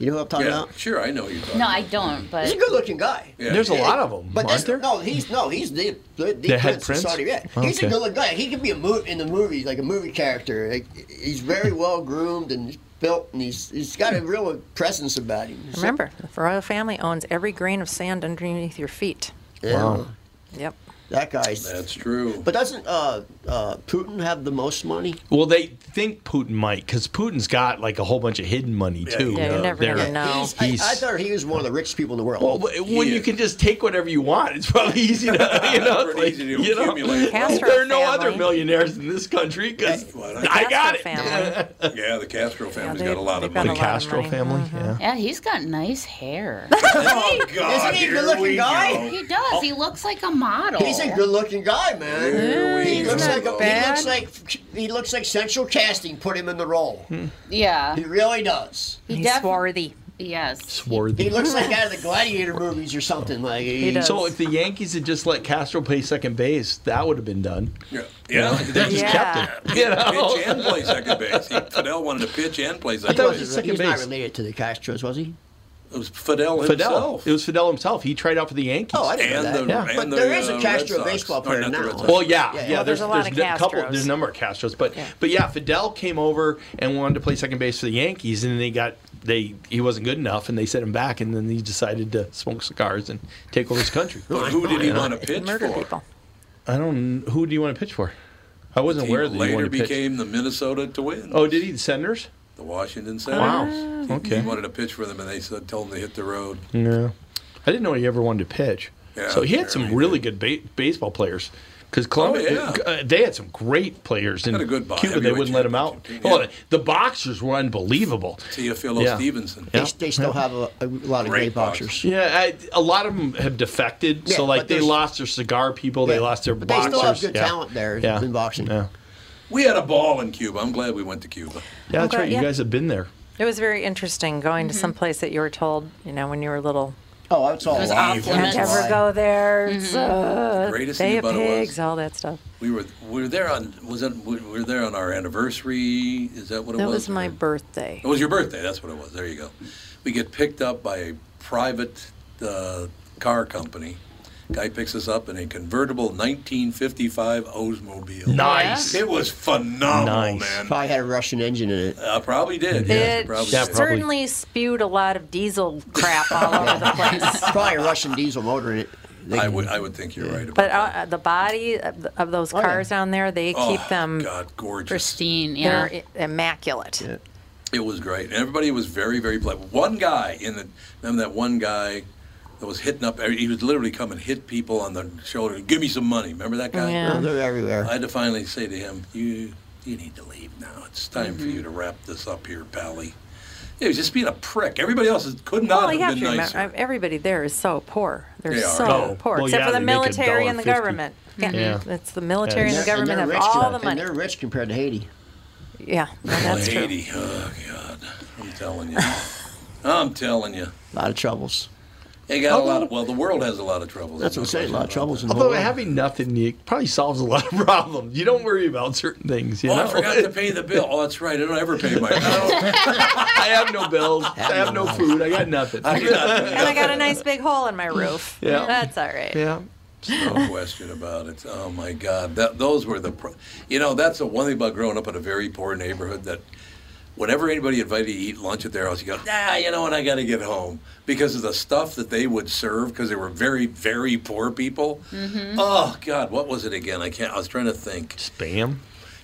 S2: You know what I'm talking
S1: yeah,
S2: about?
S1: sure, I know you.
S4: No, I don't. But
S2: He's a good-looking guy.
S1: Yeah.
S9: There's a lot of them,
S2: But
S9: aren't
S2: this,
S9: there?
S2: no, he's no, he's the the, the
S9: The
S2: prince,
S9: head
S2: of
S9: prince?
S2: Saudi Arabia. He's
S9: Okay.
S2: a good-looking guy. He could be a mo- in the movie like a movie character. Like, he's very well groomed and built, and he's he's got a real presence about him. So-
S3: Remember, the royal family owns every grain of sand underneath your feet.
S2: yeah,
S9: Wow.
S3: Yep.
S2: that guy's.
S1: That's true.
S2: but doesn't uh, uh, Putin have the most money?
S9: Well, they think Putin might, because Putin's got like a whole bunch of hidden money too.
S1: Yeah,
S3: Yeah,
S9: Uh,
S3: you're never
S9: there.
S3: going to know.
S2: He's, I, I
S9: He's-
S2: thought he was one of the richest people in the world.
S1: Oh,
S9: Well, but when
S1: Yeah.
S9: you can just take whatever you want, it's probably easy to, you know,
S1: Pretty
S9: like,
S1: easy to
S9: you know,
S1: accumulate.
S3: Castro
S9: there are no other
S3: family.
S9: millionaires in this country because
S1: Well, the
S9: I
S3: Castro
S9: got it.
S3: family.
S1: yeah, the Castro family's
S3: they-
S1: got a lot of
S3: they've got
S1: money.
S3: a lot. Mm-hmm. Castro family,
S9: yeah.
S4: yeah, he's got nice hair.
S1: oh God,
S2: Isn't he a
S1: here
S2: good-looking
S1: we
S2: guy?
S1: go.
S4: he does. He looks like a model.
S2: He's a good-looking guy, man.
S1: Here oh. we
S2: He looks,
S1: go.
S2: like a, he looks like he
S1: Hmm.
S2: looks like Central Casting put him in the role.
S4: Yeah.
S2: He really does.
S4: He
S3: He's
S4: def-
S3: swarthy.
S4: Yes.
S9: Swarthy.
S2: He looks like out of the gladiator movies or something. Like he
S3: does.
S9: So if the Yankees had just let Castro play second base, that would have been done.
S1: Yeah, yeah.
S9: They just
S3: Yeah.
S9: kept him. You know?
S1: pitch and play second base. He, Fidel wanted to pitch and play second
S9: thought it was
S1: base.
S9: just
S1: It
S9: second
S2: He's not
S9: base.
S2: related to the Castros, was he?
S1: was Fidel
S9: Fidel.
S1: himself.
S9: It was Fidel himself. He tried out for the Yankees.
S2: Oh, I didn't know
S1: and
S2: that.
S1: the,
S9: Yeah.
S1: and
S2: But
S1: the,
S2: there is a
S1: uh, Red
S2: Castro
S1: Sox.
S2: baseball
S1: Or
S2: player
S1: not the
S2: now.
S1: Red Sox.
S9: Well, yeah,
S2: Yeah,
S9: yeah.
S2: yeah. Well,
S9: there's,
S3: there's a lot
S9: there's
S3: of
S9: a couple.
S3: Castros.
S9: There's a number of Castros, but but yeah, Fidel came over and wanted to play second base for the Yankees, and they got they he wasn't good enough, and they sent him back, and then he decided to smoke cigars and take over his country.
S1: but who did he want to pitch
S3: Murder
S1: for?
S3: people.
S9: I don't. Who do you want to pitch for? I wasn't
S1: He
S9: aware that he
S1: later
S9: wanted to pitch.
S1: became the Minnesota Twins.
S9: Oh, did he? The Senators?
S1: The Washington Senators.
S9: Wow.
S1: He-
S9: Okay. Hmm.
S1: He wanted to pitch for them, and they said, told him to hit the road.
S9: No, I didn't know he ever wanted to pitch.
S1: Yeah,
S9: so he had some
S1: apparently
S9: really good ba- baseball players. Because Columbus,
S1: Oh, yeah.
S9: uh, they had some great players in
S1: Had a good bo-
S9: Cuba. They wouldn't let them out.
S1: heavyweight
S9: Oh,
S1: championship
S9: the boxers were unbelievable.
S1: Teofilo
S9: Yeah.
S1: Stevenson.
S2: They, they still have a, a lot of
S1: Great
S2: great,
S1: boxers.
S2: boxers.
S9: Yeah, I, a lot of them have defected. so
S2: Yeah,
S9: like
S2: but
S9: they
S2: there's-
S9: lost their cigar people. They
S2: Yeah.
S9: lost their
S2: But they
S9: boxers.
S2: still have good
S9: Yeah.
S2: talent there
S9: Yeah.
S2: in boxing.
S9: Yeah,
S1: We had a ball in Cuba. I'm glad we went to Cuba.
S9: yeah that's
S3: Okay,
S9: right. You
S3: yeah.
S9: guys have been there.
S3: It was very interesting going to some place that you were told, you know, when you were little,
S2: Oh, that's all.
S4: was
S2: lie.
S4: off
S3: can't
S4: limits.
S2: That's
S3: ever
S2: lie.
S3: go there. It's, uh,
S1: Greatest
S3: they
S1: thing
S3: have
S1: about it was
S3: pigs, uh, all that stuff.
S1: we were we were there on was it we were there on our anniversary. Is that what it
S3: That
S1: was?
S3: was my
S1: Or-
S3: birthday.
S1: It was your birthday. That's what it was. There you go. We get picked up by a private uh, car company. Guy picks us up in a convertible 1955 Oldsmobile.
S9: Nice.
S1: It was phenomenal,
S9: Nice.
S1: Oh, man.
S2: Probably had a Russian engine in it.
S1: I probably did. Yes,
S3: It
S1: probably
S9: Yeah,
S1: did.
S9: probably.
S3: certainly spewed a lot of diesel crap all over the place.
S2: Probably a Russian diesel motor in it. They-
S1: I would. I would think you're right. About
S3: But
S1: that.
S3: uh, the body of, th- of those
S2: Oh, yeah.
S3: cars down there, they keep them.
S1: Oh, God, gorgeous.
S4: Pristine. Yeah.
S3: They're i- immaculate.
S1: It was great. And everybody was very, very polite. One guy in the remember that one guy that was hitting up. He was literally come and hit people on the shoulder. Give me some money. Remember that guy?
S3: Yeah.
S2: Oh, they're everywhere.
S1: I had to finally say to him, "You, you need to leave now. It's time
S3: Mm-hmm.
S1: for you to wrap this up here, Pally." He was just being a prick. Everybody else is- could not
S3: Well, you
S1: have
S3: have
S1: been
S3: to remember,
S1: nicer.
S3: I- everybody there is so poor. They're
S1: They are.
S3: so
S1: Oh,
S3: poor,
S9: well,
S3: except
S9: yeah,
S3: for the
S9: they make a
S3: military and the
S9: $1.50.
S3: government. Yeah. Mm-hmm.
S9: Yeah.
S3: it's the military and the
S2: And they're- and
S3: government have
S2: they're rich
S3: all
S2: com-
S3: the
S2: and
S3: money.
S2: they're rich compared to Haiti.
S3: Yeah, well,
S1: Well,
S3: that's true.
S1: Haiti. Oh God, I'm telling you, I'm telling you,
S2: A lot of troubles.
S1: they got a lot. Of, well, the world has a lot of troubles.
S2: That's what
S1: There's
S2: I'm
S1: no
S2: saying. A lot of
S1: question about
S2: troubles in the whole
S9: Although
S2: world.
S9: having nothing you- probably solves a lot of problems. You don't worry about certain things. You
S1: that.
S9: know?
S1: Oh, I forgot to pay the bill. Oh, that's right. I don't ever pay my bill.
S9: I have no bills. I have no food. I got nothing.
S1: I got
S3: And I got a nice big hole in my roof.
S9: Yeah.
S3: That's all right.
S9: yeah.
S1: No question about it. Oh my God, that those were the, pro- you know, that's the one thing about growing up in a very poor neighborhood that, whenever anybody invited you to eat lunch at their house, you go, nah, you know what, I got to get home because of the stuff that they would serve because they were very, very poor people. Oh God, what was it again? I can't. I was trying to think.
S9: Spam.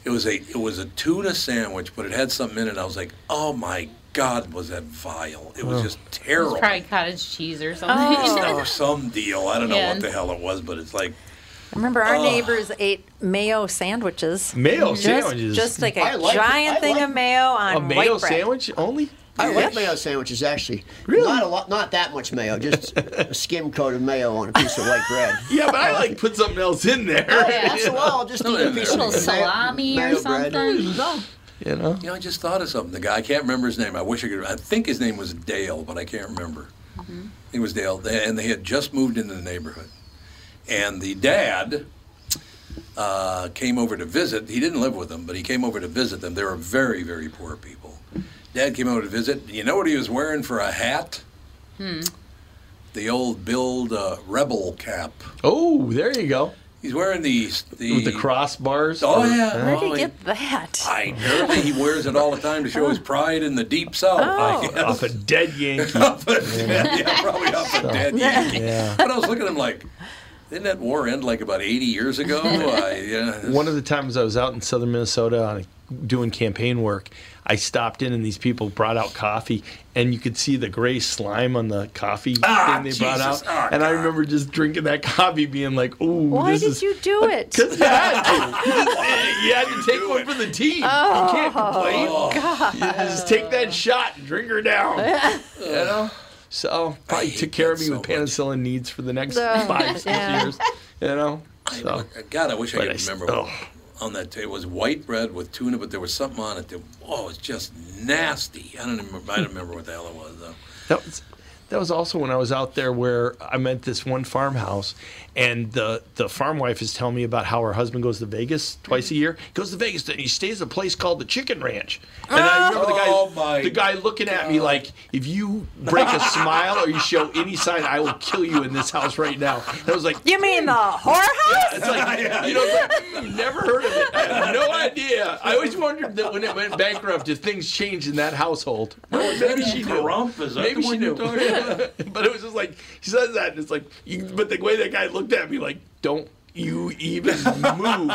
S1: It was a it was a tuna sandwich, but it had something in it. I was like, oh my God, was that vile? It was just
S4: It's
S1: terrible.
S4: probably cottage cheese
S2: Oh.
S4: or something.
S1: There was some deal. I don't know
S4: Yeah.
S1: what the hell it was, but it's like.
S3: I remember
S1: Oh.
S3: our neighbors ate mayo sandwiches.
S9: Mayo
S3: Just,
S9: sandwiches.
S3: just like
S2: I
S3: a
S2: like it.
S3: giant
S2: I
S3: thing
S2: like
S3: of mayo on
S9: a mayo
S3: white bread.
S9: sandwich only.
S2: I like mayo sandwiches actually.
S9: Really?
S2: Not a lot, not that much mayo. Just a skim coat of mayo on a piece of white bread.
S9: Yeah, but I like put something else in there.
S2: Yeah, That's all. Just eat a piece of
S4: Little salami
S2: mayo
S4: or
S2: bread.
S4: something.
S9: You know.
S1: You know, I just thought of something. The guy, I can't remember his name. I wish I could. I think his name was Dale, but I can't remember. I think it was Dale. They, and they had just moved into the neighborhood. And the dad uh, came over to visit. He didn't live with them, but he came over to visit them. They were very, very poor people. Dad came over to visit. You know what he was wearing for a hat? The old Build uh, Rebel cap.
S9: Oh, there you go.
S1: He's wearing the. the
S9: With the crossbars.
S1: Oh,
S9: Or-
S1: yeah.
S3: Where did
S1: Oh,
S3: you
S1: he-
S3: get that?
S1: I apparently he wears it all the time to show his pride in the deep south. I
S3: Oh.
S1: guess.
S9: Off a dead Yankee.
S1: up a dead, yeah, probably up a dead Yankee.
S9: Yeah.
S1: But I was looking at him like, didn't that war end like about 80 years ago? I, uh, yeah,
S9: One of the times I was out in southern Minnesota on a, doing campaign work, I stopped in and these people brought out coffee, and you could see the gray slime on the coffee
S1: Ah,
S9: thing they brought out.
S1: Jesus. Ah,
S9: and I
S1: God.
S9: remember just drinking that coffee, being like, "Ooh,
S3: Why
S9: this
S3: did
S9: is."
S3: you do it?
S9: Because you had to. You had to take
S1: do
S9: one
S1: it?
S9: for the team. you can't
S3: Oh,
S9: complain.
S1: Oh,
S9: You just take that shot and drink her down. you know? So probably
S1: hate
S9: took care of
S1: that
S9: me with
S1: so much.
S9: penicillin needs for the next
S3: Oh,
S9: five, six
S3: yeah.
S9: years. You know? So
S1: Uh, God, I wish I
S9: But I
S1: could
S9: s-
S1: remember.
S9: ugh.
S1: On that table it was white bread with tuna, but there was something on it that oh, it's just nasty. I don't even remember, I don't remember what the hell it was though.
S9: That was, that was also when I was out there where I met this one farmhouse, and the the farm wife is telling me about how her husband goes to Vegas twice
S1: Mm.
S9: a year. He goes to Vegas and he stays at a place called the Chicken Ranch. And I remember the guy
S1: Oh, my
S9: the guy looking at me like, if you break a smile or you show any sign, I will kill you in this house right now. And I was like.
S3: You mean the whorehouse?
S9: It's like, you know, it's like, you've never heard of it. I have no idea. I always wondered that when it went bankrupt, if things changed in that household. Maybe she knew.
S1: Grump, is that
S9: Maybe
S1: the
S9: she
S1: one you're
S9: knew.
S1: talking about?
S9: but it was just like she says that, and it's like, you, but the way that guy looked at me, like, don't you even move?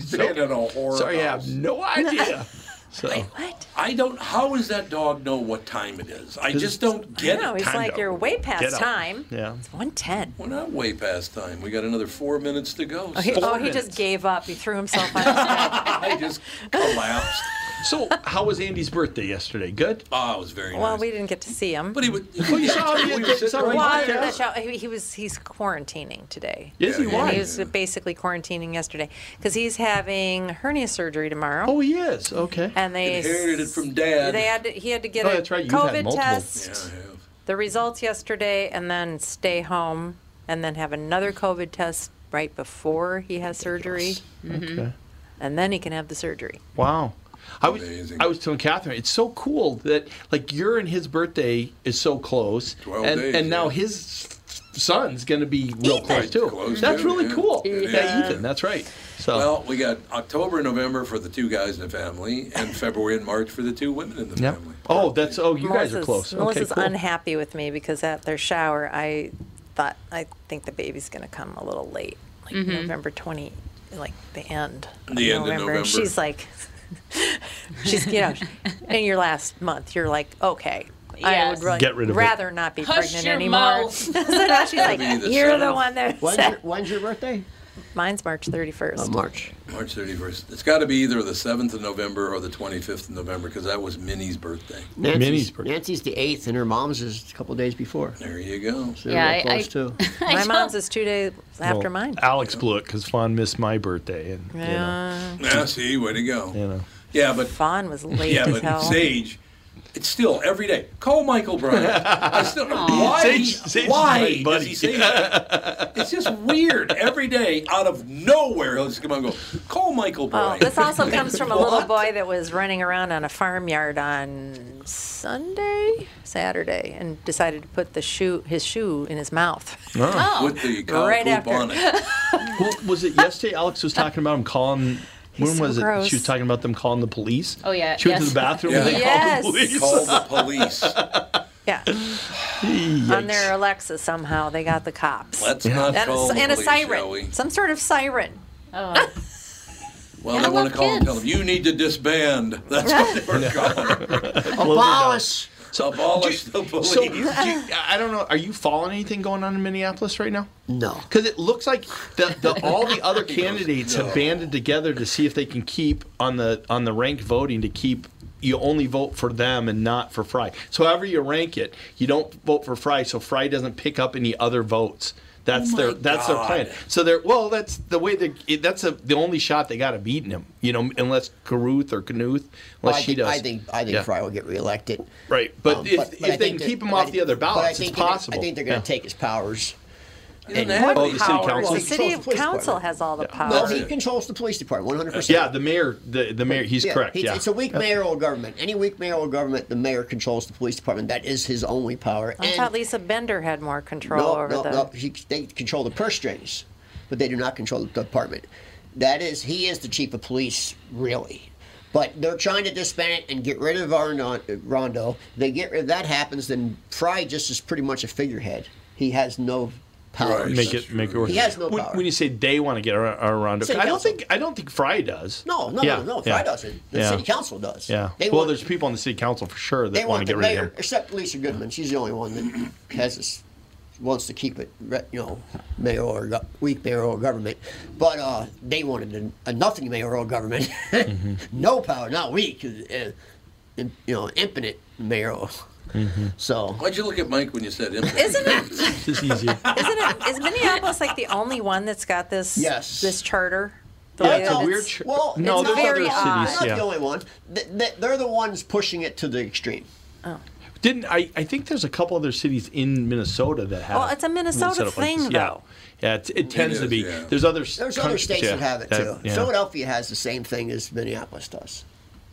S1: Stand in a horror
S9: Sorry, I
S1: house.
S9: have no idea. So
S3: What?
S1: I don't. How does that dog know what time it is? I just don't
S3: I
S1: get
S3: know.
S1: it.
S3: He's
S9: time
S3: like,
S9: to
S3: you're way
S9: get
S3: past
S9: out.
S3: time.
S9: Yeah.
S3: It's 110.
S1: We're not way past time. We got another four minutes to go.
S3: Oh, he,
S1: so
S3: oh, he just gave up. He threw himself on his bed.
S1: I just collapsed.
S9: so how was Andy's birthday yesterday? Good.
S1: Oh, it was very
S3: Well,
S1: nice.
S3: we didn't get to see him.
S1: but he would.
S9: you saw him,
S1: we
S9: you
S1: were sitting
S9: saw
S1: right
S9: him.
S3: Well,
S1: there.
S3: the show, he, he was he's quarantining today.
S9: Is he?
S1: Yeah,
S3: And
S9: Why?
S3: he was basically quarantining yesterday because he's having hernia surgery tomorrow.
S9: Oh, he is. Okay.
S3: and they
S1: Inherited from dad.
S3: They had to, he had to get
S9: Oh,
S3: a
S9: that's right, you've had
S3: COVID
S9: multiple.
S1: Yeah,
S3: test,
S1: I have.
S3: the results yesterday, and then stay home, and then have another COVID test right before he has surgery,
S9: Okay.
S3: and then he can have the surgery.
S9: Wow. I was
S1: Amazing.
S9: I was telling Catherine, it's so cool that like your and his birthday is so close,
S1: 12
S9: and
S1: days,
S9: and now
S1: yeah.
S9: his son's going to be real close too.
S1: Close
S9: that's
S1: too,
S9: really
S1: yeah.
S9: cool.
S1: It
S9: Yeah.
S1: is.
S9: Ethan, that's right. So
S1: Well, we got October and November for the two guys in the family, and February and March for the two women in the
S9: yeah.
S1: family.
S9: Oh, that's oh, you guys are
S3: Melissa's-
S9: close. Okay,
S3: Melissa's
S9: cool.
S3: unhappy with me because at their shower, I thought I think the baby's going to come a little late, like
S4: Mm-hmm.
S3: November twenty, like the end.
S1: The end of November.
S3: And she's like, she's you know, in your last month, you're like, okay. I
S4: Yes.
S3: would really
S9: Get rid of it.
S3: rather not be
S4: Hush
S3: pregnant
S4: your
S3: anymore.
S4: mouth.
S3: so now she's like,
S1: Be the
S3: you're
S1: seventh.
S3: the one
S2: When's
S3: that
S2: your,
S3: said.
S2: when's your birthday?
S3: Mine's March 31st.
S2: Uh, March.
S1: March 31st. It's got to be either the 7th of November or the 25th of November because that was Minnie's birthday.
S2: Nancy's,
S9: Minnie's birthday.
S2: Nancy's the eighth, and her mom's is a couple days before.
S1: There you go.
S2: They're
S4: Yeah,
S2: real
S4: I-
S2: close
S4: I-
S2: too.
S3: My mom's is two days after
S9: Well,
S3: mine.
S9: Alex blew it because Fawn missed my birthday, and you know,
S3: Yeah.
S1: Yeah, see, way to go.
S9: you know.
S1: Yeah, but
S3: Fawn was late
S1: yeah,
S3: as
S1: but
S3: hell.
S1: Sage, it's still every day. Call Michael Bryant. I still why
S9: Sage- Sage is my
S1: why does
S9: buddy.
S1: he say that? It's just weird. Every day, out of nowhere, he'll just come out and go. Call Michael
S3: Well,
S1: Bryant.
S3: Oh, this also comes from a little
S1: What?
S3: boy that was running around on a farmyard on Sunday, Saturday, and decided to put the shoe, his shoe, in his mouth.
S1: with the cow
S3: Right
S1: poop
S3: after.
S1: on it.
S9: well, was it yesterday? Alex was talking about him calling. When
S3: so
S9: was it?
S3: gross.
S9: She was talking about them calling the police.
S4: Oh, yeah,
S9: She went to
S4: yes.
S9: the bathroom and they
S3: Yes.
S9: called the police.
S1: Call the police.
S3: Yeah, on their Alexa somehow they got the cops.
S1: Let's not
S3: and, a-
S1: call the
S3: and a
S1: police, shall we?
S3: siren, some sort of siren.
S4: Oh.
S1: Well,
S4: I
S1: they want
S4: love
S1: to call and tell
S4: kids.
S1: them you need to disband. That's what they were calling.
S2: Abolish.
S1: So abolish the police.
S9: So, do you- I don't know. Are you following anything going on in Minneapolis right now?
S2: No.
S9: Because it looks like the, the all the other candidates have banded together to see if they can keep on the on the rank voting to keep you only vote for them and not for Fry. So however you rank it, you don't vote for Fry, so Fry doesn't pick up any other votes. That's their that's
S1: God.
S9: their plan. So they're well. That's the way they. it- That's a, the only shot they got of beating him. You know, unless Garuth or Knuth, unless
S2: Well, I,
S9: she
S2: think,
S9: does.
S2: I think I think
S9: Yeah.
S2: Fry will get reelected.
S9: Right, but if- if
S2: I
S9: they
S2: think
S9: can
S2: that-
S9: keep him
S2: but I-
S9: off the other
S2: but I
S9: ballots, it's
S2: think they're gonna- I
S9: possible.
S2: think they're going to
S9: Yeah.
S2: take his powers.
S1: And
S3: What
S9: Oh, the city
S3: powers?
S9: council?
S3: The city
S2: Controls the police
S3: council
S2: department.
S3: has all the power.
S2: No, he controls the police department, one hundred percent.
S9: Yeah, the mayor, the, the mayor, he's correct. Yeah,
S2: It's a weak mayoral government. Any weak mayoral government, the mayor controls the police department. That is his only power.
S3: I
S2: And-
S3: thought Lisa Bender had more control
S2: no,
S3: over
S2: no,
S3: the.
S2: no. He, they control the purse strings, but they do not control the department. That is, he is the chief of police, really. But they're trying to disband it and get rid of Arno- Rondo. They get rid. If that happens, then Fry just is pretty much a figurehead. He has no power.
S1: Right.
S9: make it make it work.
S2: He has no
S9: when,
S2: power.
S9: when you say they want to get ar- around it,
S2: City
S9: I don't
S2: council.
S9: think I don't think Fry does.
S2: No, no,
S9: Yeah,
S2: no, no.
S9: yeah.
S2: Fry doesn't. The
S9: Yeah.
S2: city council does.
S9: Yeah.
S2: They
S9: well,
S2: want-
S9: there's people on the city council for sure
S2: They
S9: that
S2: want
S9: want to
S2: the
S9: get rid
S2: mayor,
S9: of him.
S2: except Lisa Goodman. She's the only one that has this, wants to keep it, re- you know, mayoral or go- weak mayoral government. But uh, they wanted a, a nothing mayoral government,
S9: Mm-hmm.
S2: no power, not weak, uh, you know, infinite mayoral.
S9: Mm-hmm.
S2: So
S1: Why'd you look at Mike when you said impotent?
S3: Isn't it?
S9: It's just easier.
S3: Isn't it? Is Minneapolis like the only one that's got this?
S2: Yes.
S3: This charter. The
S9: Yeah,
S3: way
S9: it's a
S3: that
S9: weird ch-
S2: well,
S9: No,
S2: it's
S9: there's
S2: not
S3: other
S2: the-
S3: cities,
S2: Not
S9: yeah.
S2: the only one. Th- th- They're the ones pushing it to the extreme.
S9: Didn't I? I think there's a couple other cities in Minnesota that have.
S3: Well, it's a Minnesota
S9: set up like
S3: thing,
S9: this. Yeah.
S3: though.
S9: Yeah, it's, it tends to
S1: is,
S9: be.
S1: yeah.
S9: There's other. s-
S2: There's other
S9: countries-
S2: states
S9: yeah,
S2: that have it too.
S9: that- yeah.
S2: Philadelphia has the same thing as Minneapolis does.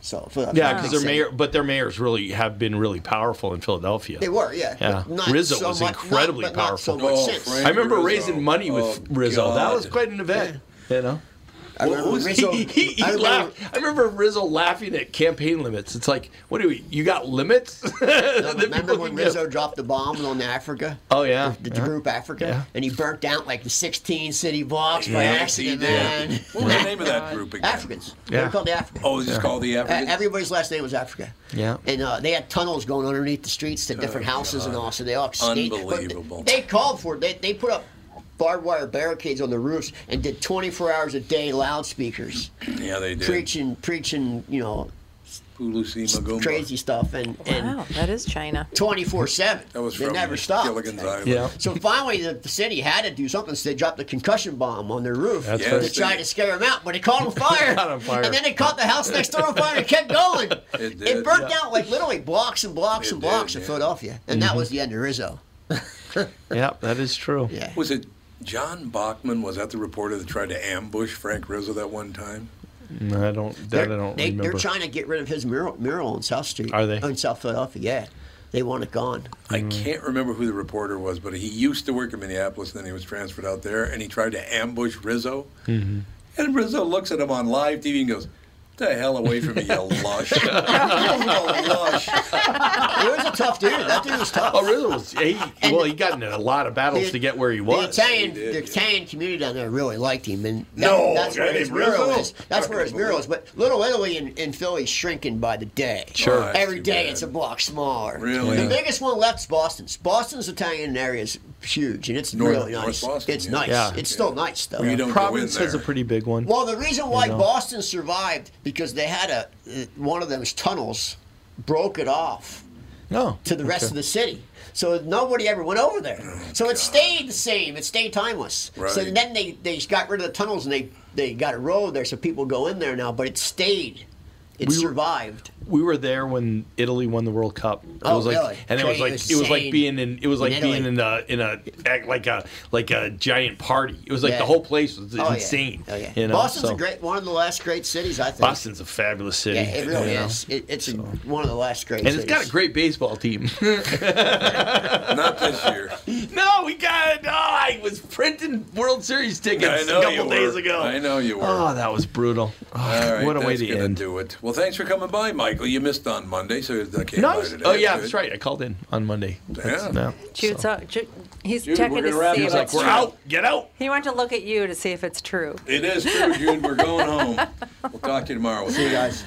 S2: So Philadelphia,
S9: Yeah, because their mayor, but their mayors really have been really powerful in Philadelphia.
S2: They were, yeah.
S9: Yeah.
S2: but not
S9: Rizzo
S2: so
S9: was
S2: much- not-
S9: incredibly
S2: but not so
S9: powerful.
S2: much
S1: Oh,
S2: since.
S1: Frank.
S9: I remember
S1: Rizzo.
S9: raising money with
S1: Oh,
S9: Rizzo. That
S1: God.
S9: was quite an event. You know,
S2: I remember
S1: was
S2: Rizzo-
S9: he, he, he
S2: I remember-
S9: laughed. I remember Rizzo laughing at campaign limits. It's like, what do we? You got limits? That
S2: Remember
S9: people
S2: when
S9: can give.
S2: Rizzo dropped the bomb on Africa?
S9: Oh, yeah.
S2: the, the
S9: Yeah.
S2: group Africa,
S9: Yeah.
S2: and he burnt down like the 16 city blocks by
S9: Yeah.
S2: accident,
S1: Yeah.
S2: man. Oh
S1: What was the name of that group again?
S2: Africans, they
S9: Yeah.
S2: were called the Africans.
S1: Oh, it's just called the
S2: Uh,
S1: Africans.
S2: everybody's last name was Africa.
S9: Yeah.
S2: And uh, they had tunnels going underneath the streets to different houses and all, so they all escaped. But th-
S1: Oh, Unbelievable.
S2: They called for it. They, they put up barbed wire barricades on the roofs and did 24 hours a day loudspeakers,
S1: yeah, they did.
S2: preaching, preaching, you know,
S1: Pulu Magumba.
S2: crazy stuff, and and
S3: Wow, Oh, that is China.
S2: 24 seven.
S1: That was
S2: they
S1: from
S2: never stopped.
S1: Gilligan's Island.
S9: Yeah.
S2: So finally, the, the city had to do something. So they dropped a concussion bomb on their roof
S9: That's
S1: right.
S2: to try to scare them out, but it caught on fire.
S9: Caught on fire.
S2: And then it caught the house next door on fire and kept going.
S1: did,
S2: burnt out like literally blocks and blocks
S1: It
S2: and blocks
S1: did,
S2: of
S1: yeah.
S2: Philadelphia, and that was the end of Rizzo.
S9: yeah, that is true.
S2: Yeah.
S1: Was it John Bachman? Was that the reporter that tried to ambush Frank Rizzo that one time?
S9: No, I don't. That I don't
S2: they,
S9: remember.
S2: are trying to get rid of his mural, mural on South Street.
S9: Are they?
S2: in South Philadelphia? Yeah, they want it gone.
S1: I can't remember who the reporter was, but he used to work in Minneapolis, and then he was transferred out there, and he tried to ambush Rizzo. And Rizzo looks at him on live TV and goes, "Get "The hell away from me, you lush! you lush!"
S2: He was a tough dude. That dude was tough.
S9: Oh, Rizzo was. He, well, he got in a lot of battles
S2: The-
S9: to get where he
S2: The
S9: was.
S2: Italian,
S1: He did,
S2: the
S1: yeah.
S2: Italian community down there really liked him, and that-
S1: No,
S2: that's where
S1: that
S2: his
S1: is
S2: mural
S1: Rizzo.
S2: is. That's where his
S1: Fucking
S2: mural is. But Little Italy in, in Philly's shrinking by the day.
S9: Sure. Oh,
S1: that's
S2: every
S1: too
S2: day
S1: bad.
S2: it's a block smaller.
S1: Really?
S2: the biggest one left is Boston's. Boston's Italian area is huge, and it's
S1: North-
S2: really
S1: North
S2: nice.
S1: Boston,
S2: it's
S1: yeah.
S2: nice.
S9: Yeah.
S2: It's still nice though.
S1: We don't
S9: Providence
S1: go in
S9: has
S1: there.
S9: a pretty big one.
S2: Well, the reason why
S9: know.
S2: Boston survived because they had a uh, one of those tunnels broke it off
S9: no,
S2: to the rest of the city. So nobody ever went over there. so it stayed the same. It stayed timeless. So
S1: Right.
S2: then they, they just got rid of the tunnels and they, they got a road there so people go in there now, but it stayed. It
S9: We were-
S2: survived.
S9: we were there when Italy won the World Cup. It
S2: Oh,
S9: was like,
S2: really?
S9: And it was
S2: Crazy.
S9: like
S2: It was
S9: it was like
S2: insane.
S9: being in it was like
S2: In Italy.
S9: being in a in a act like a like a giant party. It was like
S2: Yeah.
S9: the whole place was
S2: Oh, yeah.
S9: insane.
S2: Oh, yeah.
S9: you know,
S2: Boston's
S9: so-
S2: a great one of the last great cities, I think.
S9: Boston's a fabulous city.
S2: Yeah, it really
S9: you know.
S2: is. It, it's a- one of the last great
S9: And
S2: cities.
S9: it's got a great baseball team.
S1: Not this year.
S9: no, we got it. Oh, I was printing World Series tickets
S1: I know
S9: a couple
S1: you
S9: days
S1: were.
S9: ago.
S1: I know you were.
S9: Oh, that was brutal. Oh,
S1: All right,
S9: what a
S1: that's
S9: way to
S1: gonna
S9: end.
S1: do it. Well, thanks for coming by, Michael. You missed on Monday, so I came
S9: No, I
S1: by
S9: was-
S1: today.
S9: oh yeah,
S1: Good.
S9: that's right. I called in on Monday. That's-
S1: Yeah.
S9: no,
S3: Jude's
S9: so.
S3: out. Jude, he's
S1: Jude, we're
S3: checking to
S1: gonna wrap
S3: see
S1: this
S3: if
S1: up.
S3: it's
S9: We're
S3: true.
S9: out. Get out.
S3: He wanted to look at you to see if it's true.
S1: It is true, Jude. We're going home. We'll talk to you tomorrow.
S2: See you guys.